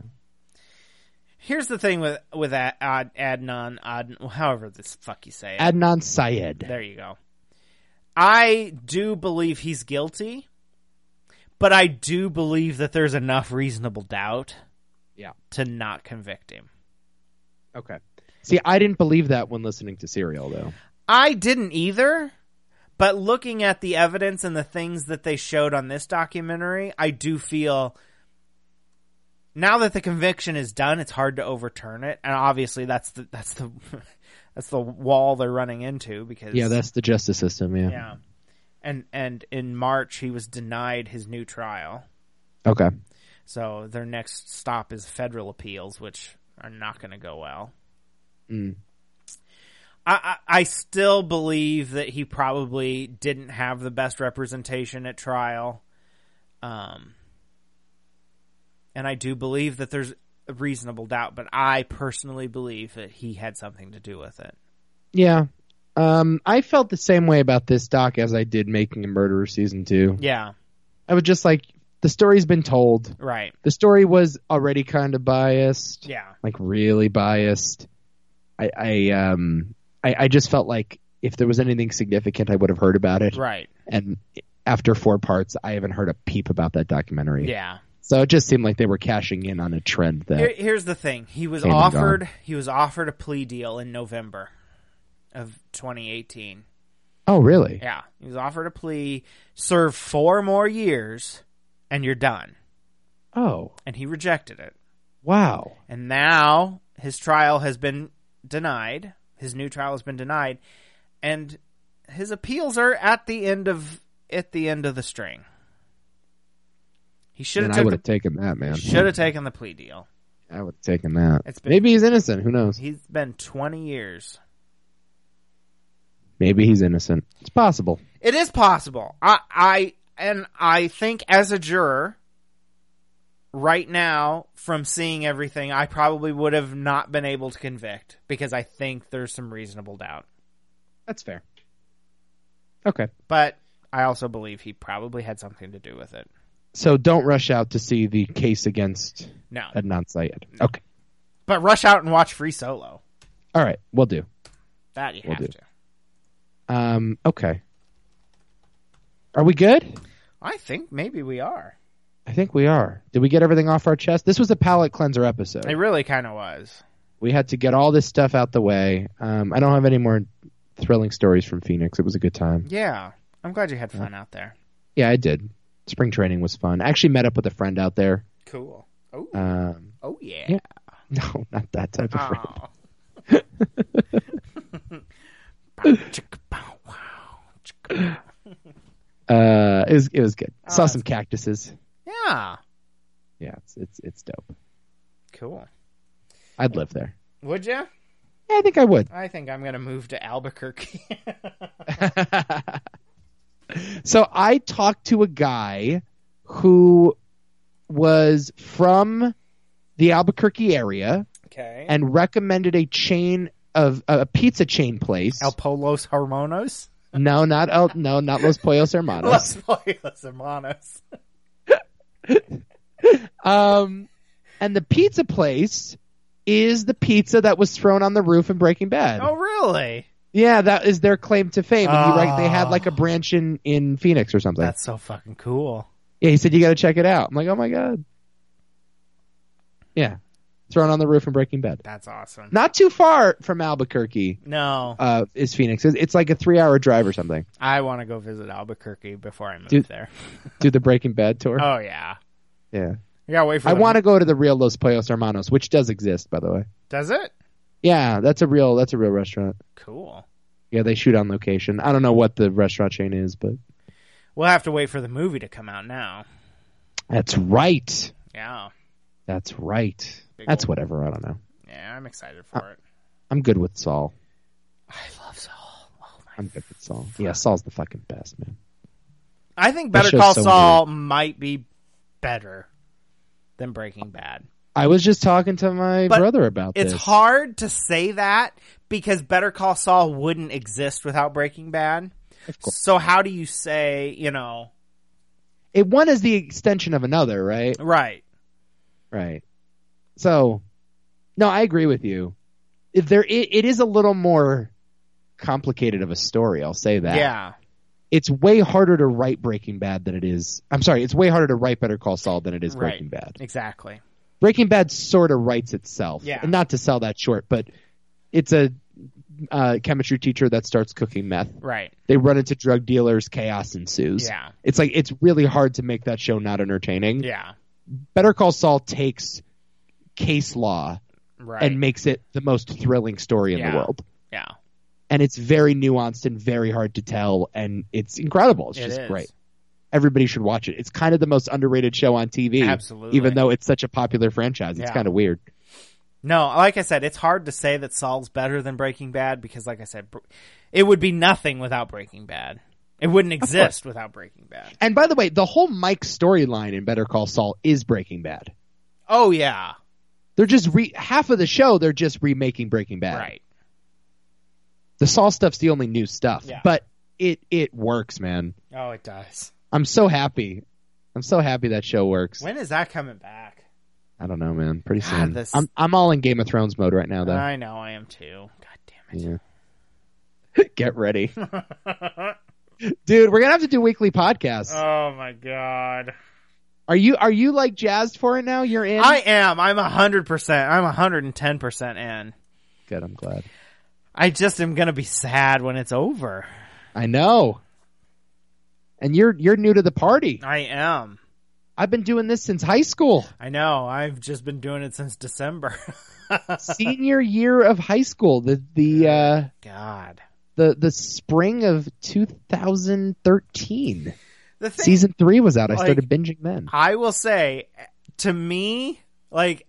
Here's the thing with with Ad, Ad, Adnan, Ad, however this fuck you say it. Adnan Syed. There you go. I do believe he's guilty, but I do believe that there's enough reasonable doubt Yeah. to not convict him. Okay. See, I didn't believe that when listening to Serial, though. I didn't either, but looking at the evidence and the things that they showed on this documentary, I do feel now that the conviction is done, it's hard to overturn it, and obviously that's the that's the that's the wall they're running into because Yeah, that's the justice system. Yeah. yeah. And and in March he was denied his new trial. Okay. So their next stop is federal appeals, which are not going to go well. I, I I still believe that he probably didn't have the best representation at trial, um, and I do believe that there's a reasonable doubt, but I personally believe that he had something to do with it. Yeah. Um, I felt the same way about this doc as I did Making a Murderer season two. Yeah, I was just like, the story's been told. right. The story was already kind of biased. Yeah, like really biased. I, I um I, I just felt like if there was anything significant, I would have heard about it. right. And after four parts, I haven't heard a peep about that documentary. Yeah. So it just seemed like they were cashing in on a trend that Here, here's the thing. He was Came and offered he was offered a plea deal in November of 2018. oh really? Yeah, he was offered a plea, serve four more years, and you're done. Oh And he rejected it. wow. And now his trial has been denied. His new trial has been denied, and his appeals are at the end of at the end of the string. He should Then have I took would have the, taken that man. should have taken the plea deal. I would have taken that. It's been- Maybe he's innocent. Who knows? He's been 20 years Maybe he's innocent. It's possible. It is possible. I, I and I think as a juror, right now, from seeing everything, I probably would have not been able to convict because I think there's some reasonable doubt. That's fair. Okay. But I also believe he probably had something to do with it. So don't rush out to see the case against No, Adnan Syed. Okay. but rush out and watch Free Solo. All right. We'll do. That you Will have do. to. Um, okay. Are we good? I think maybe we are. I think we are. Did we get everything off our chest? This was a palate cleanser episode. It really kind of was. We had to get all this stuff out the way. Um, I don't have any more thrilling stories from Phoenix. It was a good time. Yeah, I'm glad you had fun out there. Yeah, I did. Spring training was fun. I actually met up with a friend out there. Cool. Oh, Um, Oh yeah. No, not that type of rap. Aw. Uh, it was it was good. Saw some cactuses. yeah. Yeah, it's it's it's dope. Cool. I'd live there. Would you? Yeah, I think I would. I think I'm gonna move to Albuquerque. So I talked to a guy who was from the Albuquerque area okay. and recommended a chain of a pizza chain place. El Polos Hermanos. no, not El, no, not Los Pollos Hermanos. Los Polos Hermanos. Um, and the pizza place is the pizza that was thrown on the roof in Breaking Bad. Oh really? Yeah, that is their claim to fame. And he, Ah. like, they had like a branch in in Phoenix or something. That's so fucking cool. Yeah, he said you got to check it out. I'm like, oh my god. Yeah, thrown on the roof and Breaking Bad. That's awesome. Not too far from Albuquerque No, uh, is Phoenix. It's, it's like a three hour drive or something. I want to go visit Albuquerque before I move Dude. there. Do the Breaking Bad tour. Oh yeah, yeah, I gotta wait for. I the- want to go to the real Los Pollos Hermanos, which does exist, by the way. Does it? Yeah, that's a real that's a real restaurant. Cool. Yeah, they shoot on location. I don't know what the restaurant chain is, but We'll have to wait for the movie to come out now. that's right. Yeah, That's right. Big That's ol'- whatever. I don't know. yeah, I'm excited Uh, for it. I'm good with Saul. I love Saul. Oh my! I'm good with Saul. Yeah, Saul's the fucking best, man. I think That Better show's Call so Saul might be better than Breaking Bad. I was just talking to my But brother about It's this. hard to say that because Better Call Saul wouldn't exist without Breaking Bad. So how do you say you know It one is the extension of another, right? right? Right. So, no, I agree with you. If there, it, it is a little more complicated of a story. I'll say that. Yeah. It's way harder to write Breaking Bad than it is. I'm sorry. It's way harder to write Better Call Saul than it is Right. Breaking Bad. Exactly. Breaking Bad sort of writes itself. Yeah. And not to sell that short, but it's a uh, chemistry teacher that starts cooking meth. Right. They run into drug dealers. Chaos ensues. Yeah. It's like it's really hard to make that show not entertaining. Yeah. Better Call Saul takes case law Right. and makes it the most thrilling story in Yeah. the world. yeah. And it's very nuanced and very hard to tell, and it's incredible. It's It just is. great. Everybody should watch it. It's kind of the most underrated show on TV. Absolutely. Even though it's such a popular franchise, it's Yeah. kind of weird. No, like I said, it's hard to say that Saul's better than Breaking Bad because, like I said, br- it would be nothing without Breaking Bad. It wouldn't exist without Breaking Bad. And by the way, the whole Mike storyline in Better Call Saul is Breaking Bad. Oh yeah, They're just re- half of the show. They're just remaking Breaking Bad. right. The Saul stuff's the only new stuff, Yeah. but it it works, man. Oh, it does. I'm so happy. I'm so happy that show works. When is that coming back? I don't know, man. Pretty God, soon. this- I'm I'm all in Game of Thrones mode right now, though. I know I am too. God damn it. yeah. Get ready, dude. We're gonna have to do weekly podcasts. Oh my god. are you are you like jazzed for it now? You're in. I am. I'm hundred percent. I'm hundred and ten percent in. Good. I'm glad. I just am gonna be sad when it's over. I know. And you're you're new to the party. I am. I've been doing this since high school, I know. I've just been doing it since December. senior year of high school. The the uh, God. the the spring of 2013. The thing Season three was out. I Like- started binging then. I will say, to me, like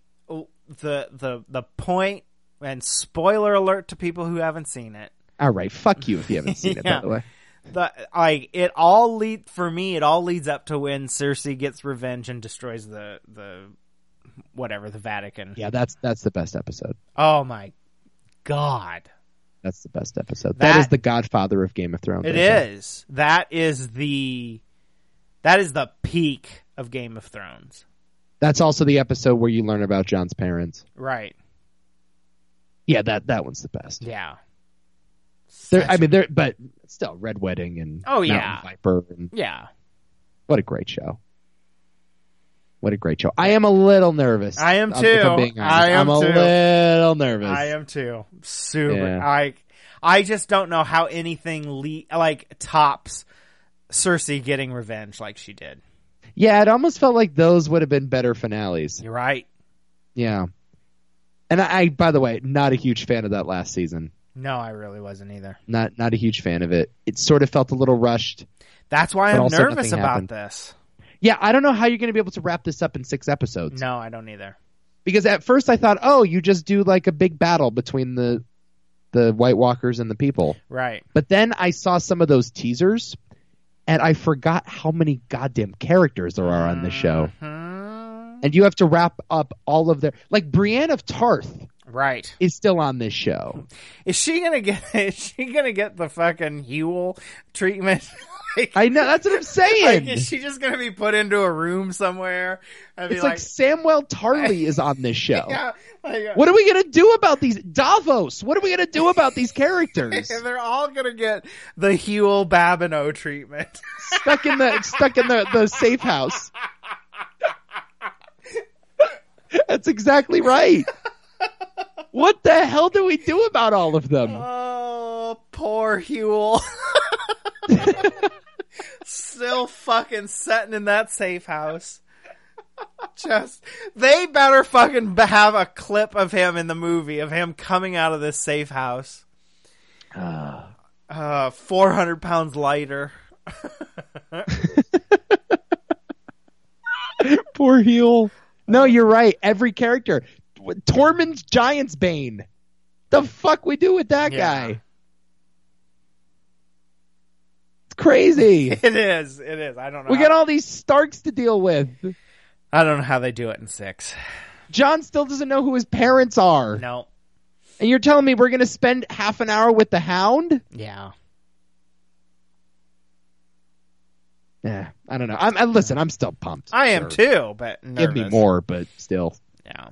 the the the point and spoiler alert to people who haven't seen it. All right, fuck you if you haven't seen it. Yeah. By the way. The like it all lead for me. It all leads up to when Cersei gets revenge and destroys the the whatever the Vatican. Yeah, that's that's the best episode. Oh my god! That's the best episode. that That- is the Godfather of Game of Thrones. It is I think. That is the that is the peak of Game of Thrones. That's also the episode where you learn about John's parents. Right. Yeah, that that one's the best. Yeah. There, I mean, there, but still, Red Wedding and Oh, yeah. Mountain Viper and Yeah. what a great show. What a great show. I am a little nervous. I am if I'm too. being honest. I am I'm too. a little nervous. I am too. Super. Yeah. I I just don't know how anything le- like tops Cersei getting revenge like she did. Yeah, it almost felt like those would have been better finales. You're right. Yeah. And I, I, by the way, not a huge fan of that last season. No, I really wasn't either. Not not a huge fan of it. It sort of felt a little rushed. That's why But I'm also nervous nothing about happened. this. Yeah, I don't know how you're going to be able to wrap this up in six episodes. No, I don't either. Because at first I thought, oh, you just do like a big battle between the the White Walkers and the people. Right. But then I saw some of those teasers, and I forgot how many goddamn characters there are on the show. Hmm. And you have to wrap up all of their like Brienne of Tarth Right. is still on this show. Is she gonna get? Is she gonna get the fucking Huel treatment? like, I know that's what I'm saying. like, is she just gonna be put into a room somewhere? And it's be like, Samuel Tarly is on this show. yeah, like, uh, What are we gonna do about these Davos? What are we gonna do about these characters and they're all gonna get the Huel Babineau treatment. stuck in the stuck in the, the safe house? That's exactly right. What the hell do we do about all of Uh, them? Oh, poor Huel. Still fucking sitting in that safe house. Just, they better fucking b- have a clip of him in the movie of him coming out of this safe house. Ah. Uh, 400 pounds lighter. Poor heel. No, you're right. Every character. Tormund's Giants Bane. The fuck we do with that Yeah. guy? It's crazy. It is. It is. I don't know. We how- got all these Starks to deal with. I don't know how they do it in six. John still doesn't know who his parents are. No. And you're telling me we're going to spend half an hour with the hound? Yeah. Yeah, I don't know. I'm, I, listen, I'm still pumped. I am Sure. too, but Give me nervous. more, but still. Yeah.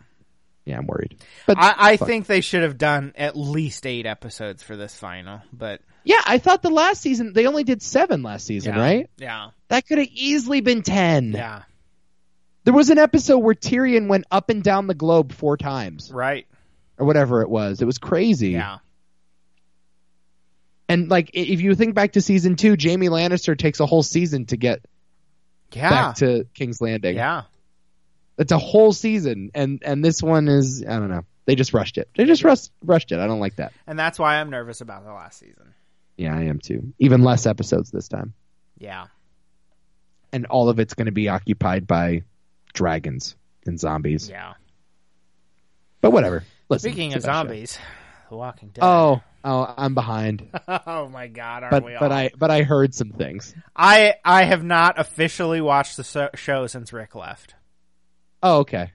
Yeah, I'm worried. But I, I Fuck. think they should have done at least eight episodes for this final, but yeah, I thought the last season, they only did seven last season, yeah. right? Yeah, That could have easily been ten. yeah, There was an episode where Tyrion went up and down the globe four times right. or whatever it was. It was crazy. Yeah, And like i- if you think back to season two, Jamie Lannister takes a whole season to get yeah, back to King's Landing. yeah. It's a whole season, and and this one is I don't know. They just rushed it. They just rushed rushed it. I don't like that. And that's why I'm nervous about the last season. Yeah, I am too. Even less episodes this time, Yeah, and all of it's going to be occupied by dragons and zombies. yeah. But whatever. Listen, Speaking of it's the best show. zombies, The Walking Dead. Oh, oh, I'm behind, oh my God, aren't but we all? but I but I heard some things. I, I have not officially watched the so- show since Rick left. Oh, okay.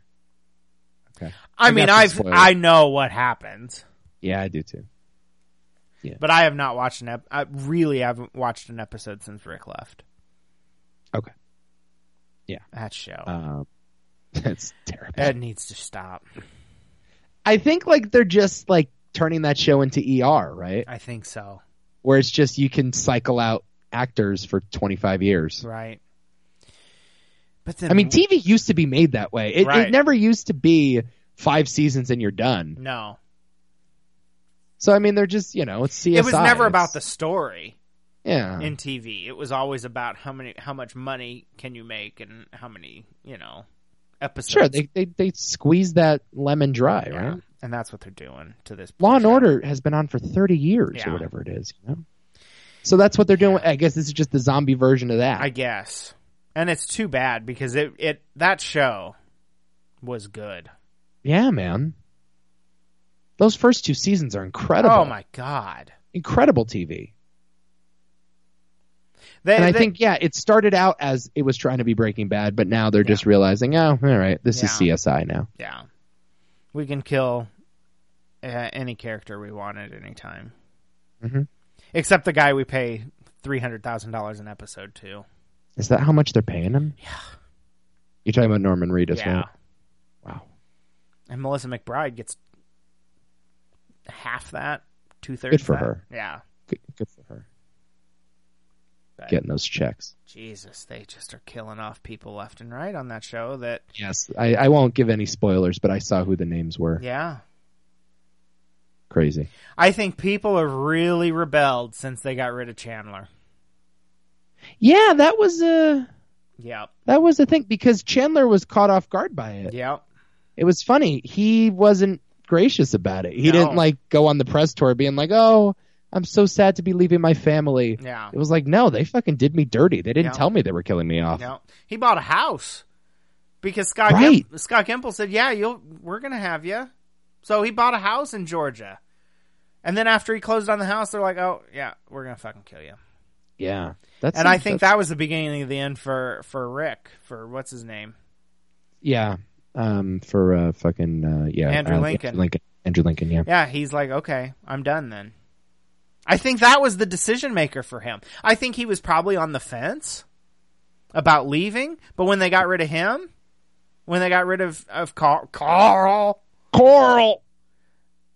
I, I got mean, some I've spoilers. I know what happens, Yeah, I do too. but I have not watched an. Ep- I really haven't watched an episode since Rick left. Okay. Yeah. that show. Um, that's terrible. Ed needs to stop. I think like they're just like turning that show into ER, right? I think so. Where it's just you can cycle out actors for 25 years. Right. But then I mean, TV used to be made that way. It, Right. it never used to be five seasons and you're done. no. So I mean, they're just you know, it's CSI. It was never about the It's- story yeah. in TV. It was always about how many how much money can you make and how many, you know, episodes. Sure, they, they they squeeze that lemon dry, Yeah. right? And that's what they're doing to this Law and show. Order has been on for 30 years Yeah. or whatever it is, you know. So that's what they're doing. I guess this is just the zombie version of that. I guess. And it's too bad because it it that show was good. Yeah, man. Those first two seasons are incredible. Oh my god. Incredible TV. They, And I they- think, yeah, it started out as it was trying to be Breaking Bad, but now they're just realizing, oh, all right, this is Yeah. CSI now. yeah. We can kill uh, any character we want at any time. Mhm. Except the guy we pay $300,000 an episode to. Is that how much they're paying him? Yeah. You're talking about Norman Reedus, yeah. right? Wow. And Melissa McBride gets half that, two thirds. Good for her. Yeah. Good, good for her. But- Getting those checks. Jesus, they just are killing off people left and right on that show. That Yes. I, I won't give any spoilers, but I saw who the names were. yeah, Crazy. I think people have really rebelled since they got rid of Chandler. Yeah, that was a Yep, that was a thing because Chandler was caught off guard by it. yep. It was funny. He wasn't gracious about it. He No. didn't like go on the press tour being like, "Oh, I'm so sad to be leaving my family." Yeah. It was like, "No, they fucking did me dirty. They didn't Yeah. tell me they were killing me off." No, he bought a house because Scott Right. Gimp- Scott Gimple said, "Yeah, you'll we're gonna have you." So he bought a house in Georgia, and then after he closed on the house, they're like, "Oh yeah, we're gonna fucking kill you." Yeah. Hmm, That's And I think that was the beginning of the end for for Rick for what's his name. yeah. Um for uh fucking uh yeah, Andrew uh, Lincoln. Lincoln. Andrew Lincoln, yeah. Yeah, he's like, okay, I'm done then. I think that was the decision maker for him. I think he was probably on the fence about leaving, but when they got rid of him, when they got rid of of Carl, Carl, Coral.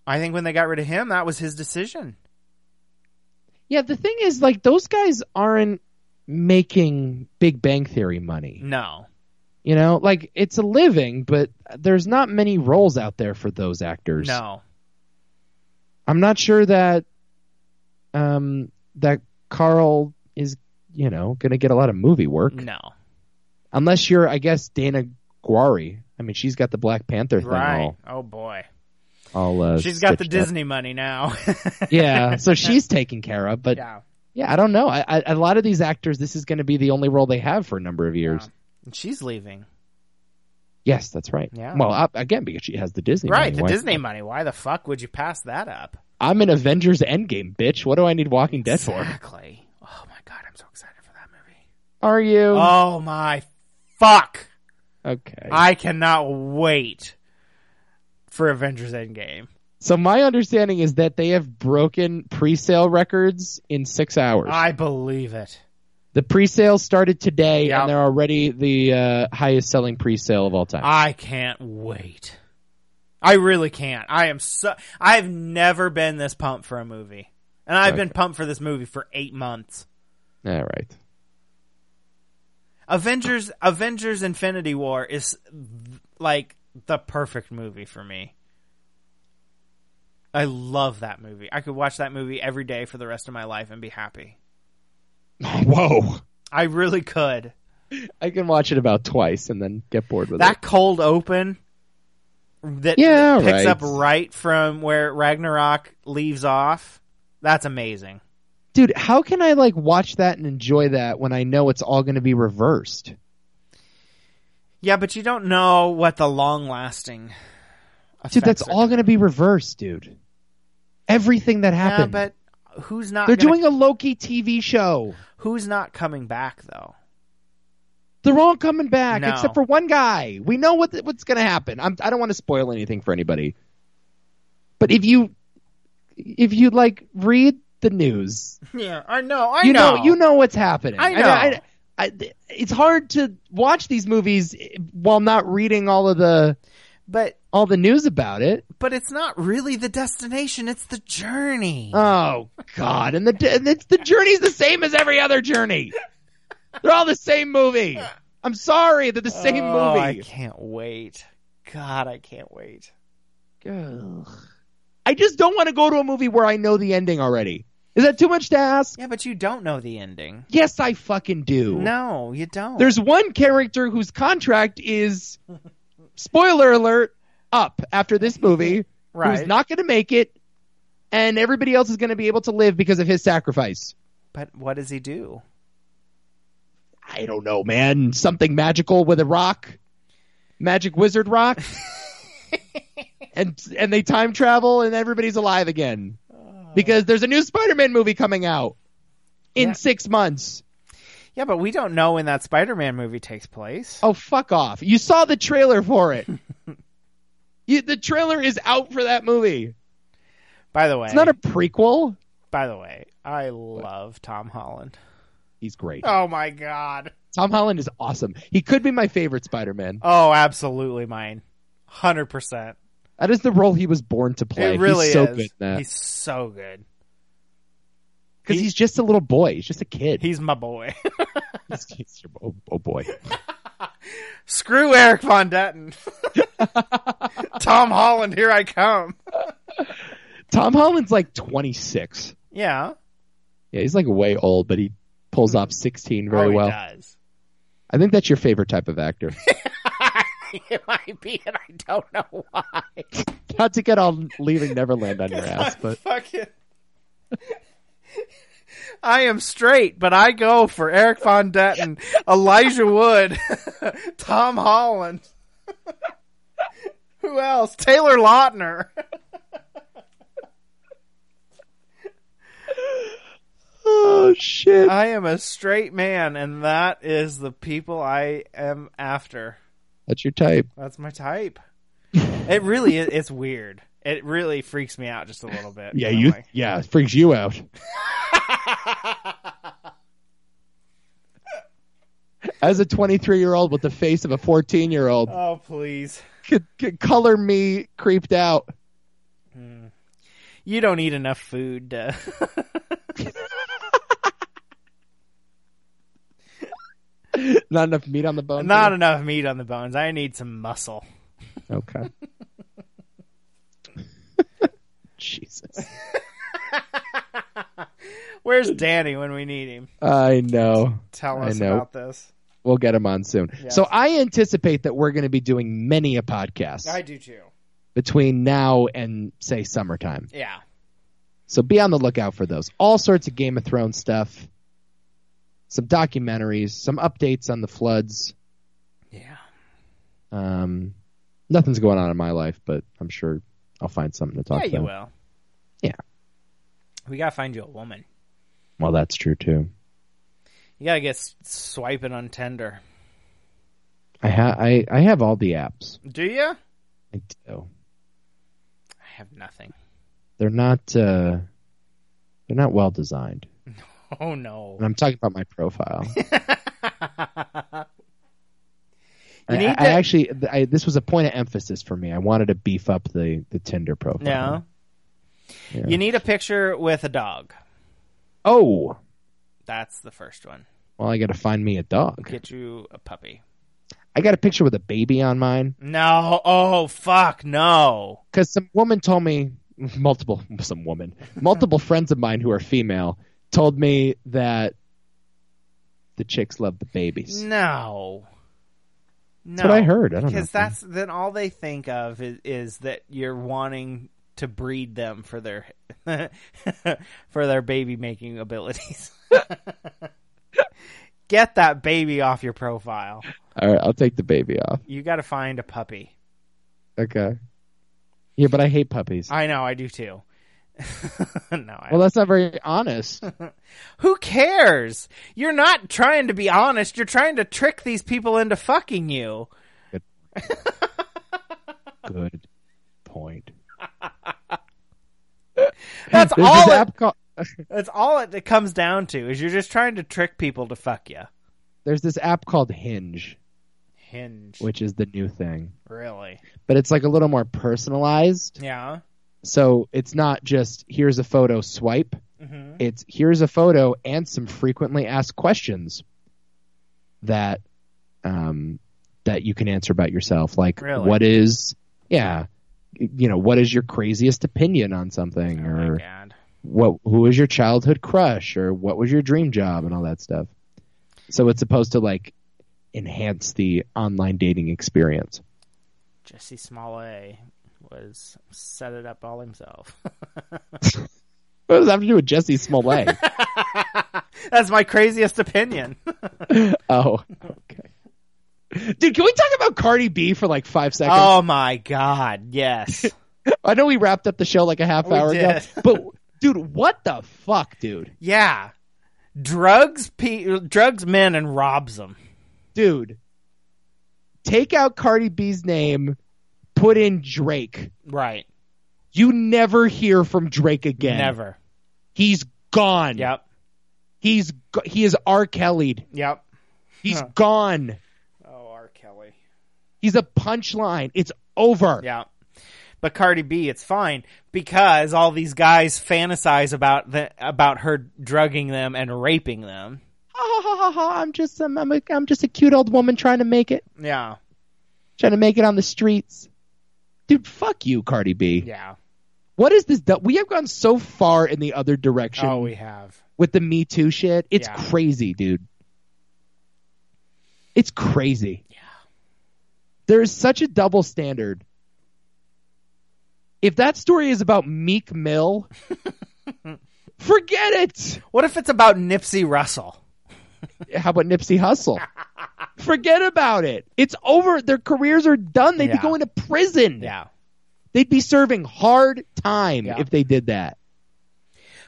I think when they got rid of him, that was his decision. Yeah, the thing is like those guys aren't making Big Bang Theory money. No, You know, like it's a living, but there's not many roles out there for those actors. no, I'm not sure that um that Carl is, you know, going to get a lot of movie work no. unless you're I guess Dana Guari. I mean, she's got the Black Panther thing Right? all. Oh boy, all uh, she's got the stitched up. Disney money now. yeah, so she's taken care of, but yeah, yeah, I don't know. I, I, a lot of these actors this is going to be the only role they have for a number of years. And she's leaving. Yes, that's right. Yeah. Well, uh, again because she has the Disney right, money. the Why- Disney money. Why the fuck would you pass that up? I'm an Avengers Endgame bitch. What do I need Walking Dead for? Exactly. Oh my god, I'm so excited for that movie. Are you? Oh my fuck! okay. I cannot wait for Avengers Endgame. So my understanding is that they have broken pre-sale records in six hours. I believe it. the pre-sale started today, Yeah. and they're already the uh, highest-selling pre-sale of all time. I can't wait. I really can't. I am so. I've never been this pumped for a movie, and I've been pumped for this movie for eight months. Uh, all right. Avengers, Avengers: Infinity War is like the perfect movie for me. I love that movie. I could watch that movie every day for the rest of my life and be happy. Whoa. I really could. I can watch it about twice and then get bored with that cold open that Yeah, picks right. up right from where Ragnarok leaves off. That's amazing. it. Dude, how can I like watch that and enjoy that when I know it's all going to be reversed? Yeah, but you don't know what the long lasting. Dude, that's all going to be reversed, dude. Everything that Yeah, happened. but who's not? they're gonna- doing a Loki TV show. Who's not coming back though? They're all coming back No. except for one guy. We know what what's going to happen. I'm, I don't want to spoil anything for anybody. But if you if you like read the news, Yeah, I know. I you know. you know what's happening. I mean, know. I, I- it's hard to watch these movies while not reading all of the But all the news about it. but it's not really the destination; it's the journey. Oh God! And the and it's the journey's the same as every other journey. They're all the same movie. I'm sorry, they're the same Oh, I movie. can't wait. God, I can't wait. Ugh. I just don't want to go to a movie where I know the ending already. Is that too much to ask? Yeah, but you don't know the ending. Yes, I fucking do. No, you don't. There's one character whose contract is, spoiler alert, up after this movie, Right. who's not going to make it, and everybody else is going to be able to live because of his sacrifice. But what does he do? I don't know, man. Something magical with a rock, magic wizard rock, and and they time travel and everybody's alive again because there's a new Spider-Man movie coming out in six months. Yeah, but we don't know when that Spider-Man movie takes place. Oh, fuck off! You saw the trailer for it. you, the trailer is out for that movie. by the way, It's not a prequel. by the way, I love Tom Holland. He's great. Oh my god. Tom Holland is awesome. He could be my favorite Spider-Man. Oh, absolutely mine. 100%. That is the role he was born to play. It really he's so is. good in that. He's so good. Because he- he's just a little boy. He's just a kid. He's my boy. It's- it's your- oh, oh boy. Screw Eric Von Detten. Tom Holland, here I come. Tom Holland's like 26. Yeah. Yeah, he's like way old, but he pulls off 16 Oh, very he well. does. I think that's your favorite type of actor. it might be, and I don't know why. How'd you get on leaving Neverland on your ass? But Fucking. I am straight, but I go for Eric Von Detten, Elijah Wood, Tom Holland. Who else? Taylor Lautner. oh shit! I am a straight man, and that is the people I am after. That's your type. That's my type. It really is. It's weird. It really freaks me out just a little bit. Yeah, I'm you. like- Yeah, it freaks you out. As a 23 year old with the face of a 14 year old, oh please. could, could color me creeped out. You don't eat enough food. To... Not enough meat on the bone. Not enough meat on the bones. I need some muscle. Okay. Jesus. Where's Danny when we need him? I know. Tell I us know. about this. We'll get him on soon. So I anticipate that we're going to be doing many a podcast do too. between now and say summertime. Yeah. So be on the lookout for those. All sorts of Game of Thrones stuff, some documentaries, some updates on the floods. Yeah. Um, nothing's going on in my life, but I'm sure I'll find something to talk Yeah, you about. will. Yeah. We gotta find you a woman. Well, that's true too. You gotta get s- swiping on Tinder. I ha- I I have all the apps. Do you? I do. I have nothing. They're not uh, they're not well designed. Oh no. And I'm talking about my profile. I, You need I- I to- actually, I, this was a point of emphasis for me. I wanted to beef up the, the Tinder profile. No. Yeah. You need a picture with a dog. Oh, That's the first one. well, I got to find me a dog. Get you a puppy. I got a picture with a baby on mine No. Oh fuck no. because some woman told me multiple some woman multiple friends of mine who are female told me that the chicks love the babies. No. No. what I heard. I don't know. because that's then all they think of is, is that you're wanting to breed them for their for their baby making abilities. Get that baby off your profile. All right, I'll take the baby off. You got to find a puppy. Okay. Yeah, but I hate puppies. I know, I do too. no, I well, that's not very honest. Who cares? You're not trying to be honest. You're trying to trick these people into fucking you. Good point. That's There's all. this It, app called. that's all it, it comes down to is you're just trying to trick people to fuck you. There's this app called Hinge, Hinge. which is the new thing, Really? but it's like a little more personalized. Yeah. So it's not just here's a photo swipe. Mm-hmm. It's here's a photo and some frequently asked questions that um, that you can answer about yourself, like Really? what is yeah, you know what is your craziest opinion on something, Oh my or god. what who was your childhood crush or what was your dream job and all that stuff. So it's supposed to like enhance the online dating experience. Jesse Smollett was set it up all himself. What does that have to do with Jesse Smollett? That's my craziest opinion. oh, okay. Dude, can we talk about Cardi B for like five seconds? oh my god. Yes. I know we wrapped up the show like a half We hour ago, did. but dude, what the fuck, dude? yeah. Drugs pe- drugs men and robs them. Dude, take out Cardi B's name, put in Drake. Right. You never hear from Drake again. Never. He's gone. Yep. He's go- he is R. Kelly'd. Yep. He's Huh. gone. Oh, R. Kelly. He's a punchline. It's over. Yeah. But Cardi B, it's fine because all these guys fantasize about the, about her drugging them and raping them. Ha, ha, ha, ha, I'm just um, I'm, a, I'm just a cute old woman trying to make it, Yeah. trying to make it on the streets. Dude, fuck you, Cardi B. Yeah. What is this? du- We have gone so far in the other direction Oh, we have. with the Me Too shit. It's Yeah. crazy, dude. It's crazy. Yeah. There is such a double standard. If that story is about Meek Mill, forget it. What if it's about Nipsey Russell? How about Nipsey Hussle? Forget about it. It's over. Their careers are done. They'd Yeah. be going to prison. Yeah. They'd be serving hard time Yeah. if they did that.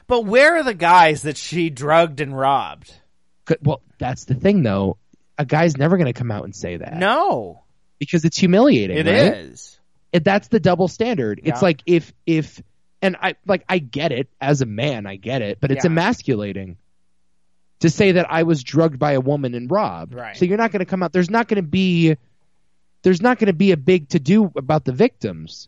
But where are the guys that she drugged and robbed? Could- Well, that's the thing, though. A guy's never going to come out and say that No, because it's humiliating. it is. right? it- that's the double standard. It's Yeah. like if if and I like I get it as a man, I get it, but it's Yeah. emasculating to say that I was drugged by a woman and robbed. Right. So you're not going to come out. There's not going to be there's not going to be a big to do about the victims.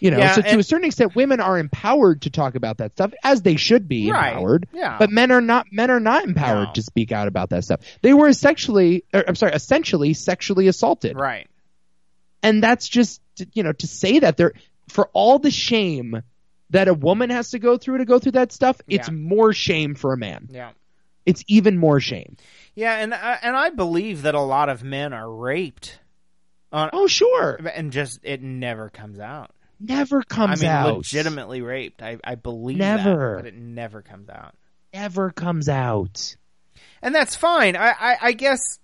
You know, Yeah, so to and- a certain extent, women are empowered to talk about that stuff as they should be Right. empowered. Yeah. But men are not. Men are not empowered No. to speak out about that stuff. They were sexually, or, I'm sorry, essentially sexually assaulted Right. and that's just you know to say that there for all the shame that a woman has to go through to go through that stuff it's Yeah. more shame for a man Yeah. it's even more shame Yeah, and I and I believe that a lot of men are raped, on, oh sure and just it never comes out. never I comes mean, out legitimately raped. I, I believe Never. that, but it never comes out, never comes out and that's fine. I I, I guess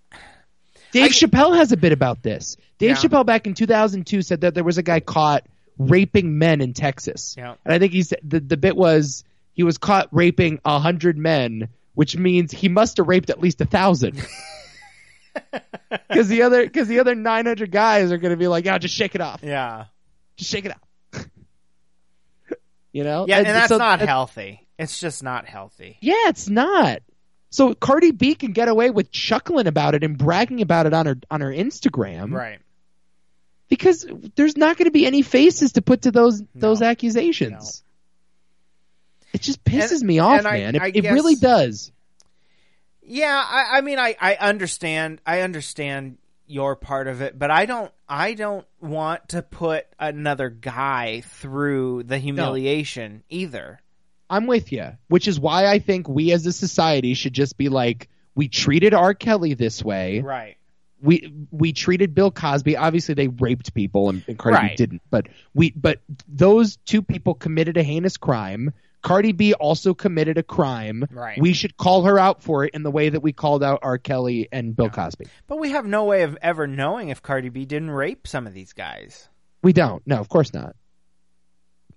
dave chappelle has a bit about this dave Yeah. chappelle back in 2002 said that there was a guy caught raping men in texas Yeah. and i think he said the, the bit was he was caught raping 100 men which means he must have raped at least a thousand because the other because the other 900 guys are going to be like, yeah, just shake it off, yeah just shake it off. you know, yeah, and, uh, that's so- not that- healthy. It's just not healthy. Yeah, it's not. So Cardi B can get away with chuckling about it and bragging about it on her on her Instagram, Right. Because there's not going to be any faces to put to those those accusations. It just pisses And- me off, and I- man. It, I it really guess- does. Yeah, I, I mean, I, I understand, I understand your part of it, but I don't, I don't want to put another guy through the humiliation either. I'm with you, which is why I think we as a society should just be like, we treated R. Kelly this way. Right. we we treated Bill Cosby. Obviously, they raped people, and, and Cardi B Right. didn't. But we but those two people committed a heinous crime. Cardi B also committed a crime. Right. We should call her out for it in the way that we called out R. Kelly and Bill Cosby. But we have no way of ever knowing if Cardi B didn't rape some of these guys. We don't. No, of course not.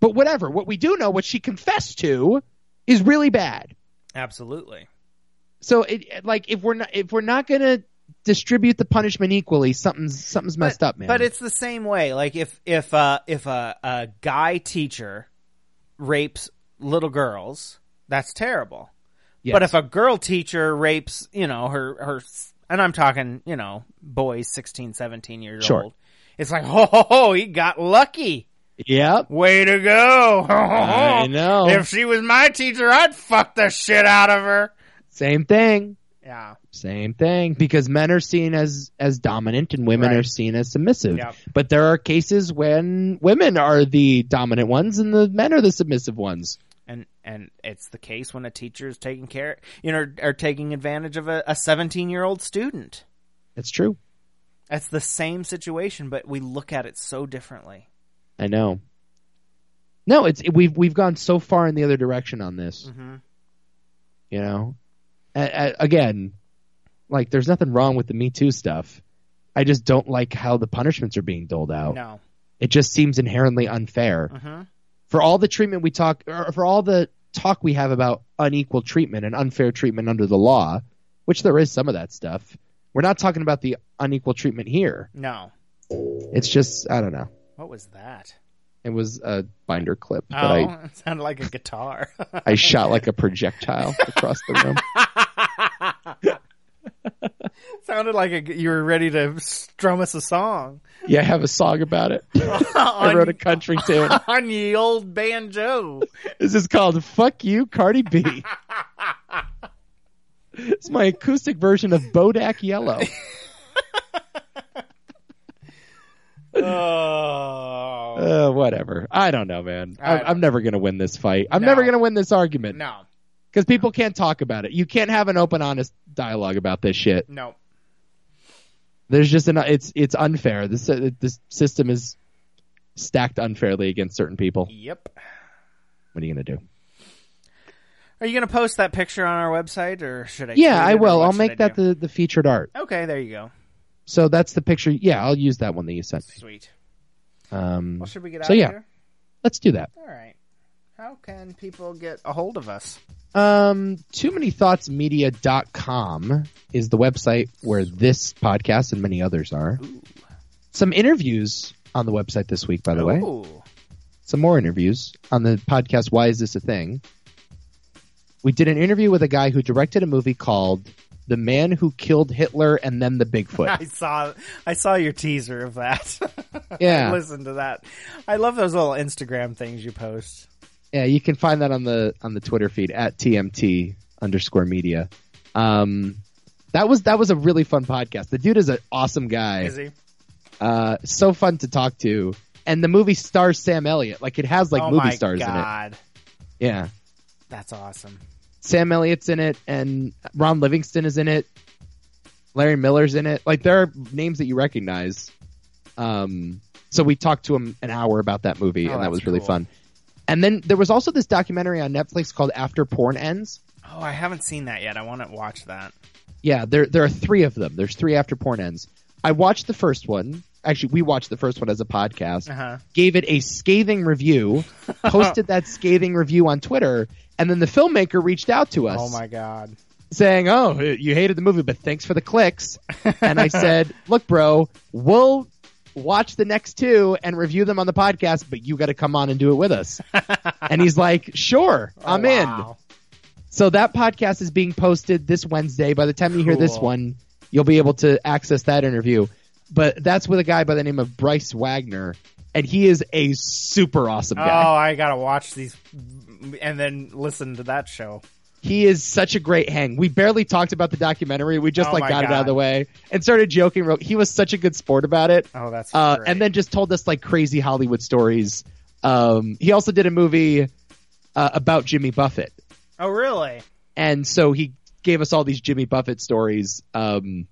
But whatever. What we do know, what she confessed to, is really bad. Absolutely. So it like if we're not if we're not gonna distribute the punishment equally, something's something's messed up, man. But it's the same way. Like if if uh, if a, a guy teacher rapes little girls, that's terrible. Yes. But if a girl teacher rapes, you know, her her and I'm talking, you know, boys 16, 17 years Sure. old. It's like, "Ho ho ho, he got lucky. yep. Way to go." Ho, ho, ho. I know. Oh, If she was my teacher, I'd fuck the shit out of her. Same thing. Yeah. Same thing because men are seen as as dominant and women Right. are seen as submissive. Yep. But there are cases when women are the dominant ones and the men are the submissive ones. and and it's the case when a teacher is taking care you know or taking advantage of a 17 year old student That's true. that's the same situation but we look at it so differently I know. No, it's we've we've gone so far in the other direction on this. Mm-hmm. You know, A- a- again, like there's nothing wrong with the Me Too stuff. I just don't like how the punishments are being doled out. no Mm-hmm. It just seems inherently unfair. For all the treatment we talk, or for all the talk we have about unequal treatment and unfair treatment under the law, which there is some of that stuff, we're not talking about the unequal treatment here. no It's just, I don't know. what was that It was a binder clip that oh I, it sounded like a guitar I shot like a projectile across the room. sounded like a, you were ready to strum us a song Yeah, I have a song about it. I on, wrote a country tune. on ye old banjo This is called Fuck You, Cardi B. it's my acoustic version of Bodak Yellow. oh Uh, whatever. I don't know, man. I'm, I- I'm never going to win this fight. I'm No. never going to win this argument no because people can't talk about it. You can't have an open, honest dialogue about this shit. no There's just an it's it's unfair. This uh, this system is stacked unfairly against certain people. Yep. What are you gonna do? Are you going to post that picture on our website, or should I? Yeah, tweet I it, or will. what I'll should I make that do? the, the featured art. Okay, there you go. So that's the picture. Yeah, I'll use that one that you sent me. Sweet. Um, Well, should we get out So, of yeah. here? let's do that. All right. How can people get a hold of us? Um, too many thoughts media.com is the website where this podcast and many others are. Some interviews on the website this week, by the way. Ooh. some more interviews on the podcast Why Is This a Thing? We did an interview with a guy who directed a movie called The Man Who Killed Hitler and Then the Bigfoot. I saw I saw your teaser of that. Yeah. Listen to that. I love those little Instagram things you post. yeah, you can find that on the on the Twitter feed at TMT underscore media. Um that was that was a really fun podcast. The dude is an awesome guy. Is he? Uh so fun to talk to. And the movie stars Sam Elliott. Like it has like oh movie my stars in it. God. Yeah. That's awesome. Sam Elliott's in it, and Ron Livingston is in it. Larry Miller's in it. Like there are names that you recognize. Um, so we talked to him an hour about that movie, Oh, and that that's was really cool. fun. And then there was also this documentary on Netflix called After Porn Ends. Oh, I haven't seen that yet. I want to watch that. Yeah, there there are three of them. There's three After Porn Ends. I watched the first one. Actually, we watched the first one as a podcast. Uh-huh. Gave it a scathing review. Posted that scathing review on Twitter, and then the filmmaker reached out to us. Oh my God. saying, "Oh, you hated the movie, but thanks for the clicks." And I said, "Look, bro, we'll watch the next two and review them on the podcast, but you got to come on and do it with us." and he's like, "Sure, I'm Oh, in." Wow. So that podcast is being posted this Wednesday. By the time you hear this Cool. one, you'll be able to access that interview. But that's with a guy by the name of Bryce Wagner, and he is a super awesome guy. Oh, I gotta watch these and then listen to that show. he is such a great hang. We barely talked about the documentary. We just Oh like my got it out of God. the way and started joking. real- He was such a good sport about it. Oh, that's Uh, great. and then just told us like crazy Hollywood stories. Um, he also did a movie uh, about Jimmy Buffett, oh, really? and so he gave us all these Jimmy Buffett stories um,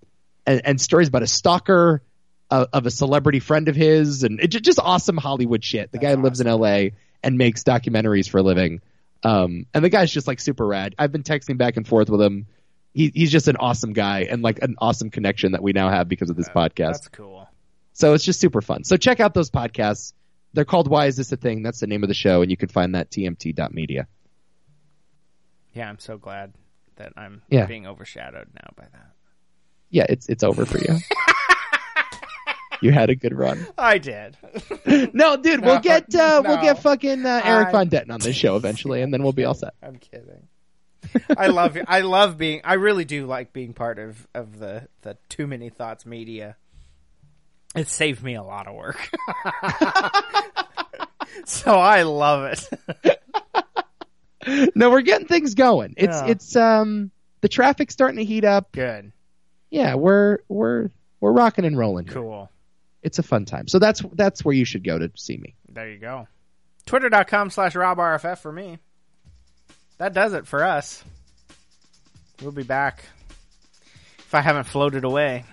and, and stories about a stalker uh, of a celebrity friend of his, and it, ju- just awesome Hollywood shit. The guy lives in L.A. and makes documentaries for a living, um, and the guy's just like super rad. I've been texting back and forth with him. He, he's just an awesome guy and like an awesome connection that we now have because of this podcast. That's cool. So it's just super fun. So check out those podcasts. They're called Why Is This a Thing? That's the name of the show, and you can find that tmt.media. Yeah, I'm so glad that I'm Yeah. being overshadowed now by that. Yeah, it's it's over for you. you had a good run. I did. No, No, dude, we'll get uh, we'll no. get fucking uh, Eric I- Von Detten on this show eventually, and then we'll be all set. I'm kidding. I love I love being I really do like being part of of the the Too Many Thoughts media. It saved me a lot of work. so I love it. No, we're getting things going. It's Yeah. it's um the traffic's starting to heat up. Good. Yeah, we're we're we're rocking and rolling. here. Cool. It's a fun time. So that's that's where you should go to see me. There you go. Twitter.com slash RobRFF for me. That does it for us. We'll be back. If I haven't floated away,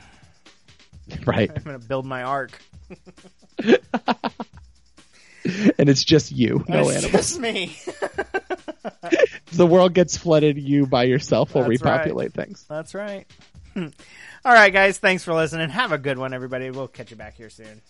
Right. I'm going to build my ark. and it's just you, no It's animals. just me. the world gets flooded, you by yourself will That's right. repopulate things. That's right. All right, guys. Thanks for listening. Have a good one, everybody. We'll catch you back here soon.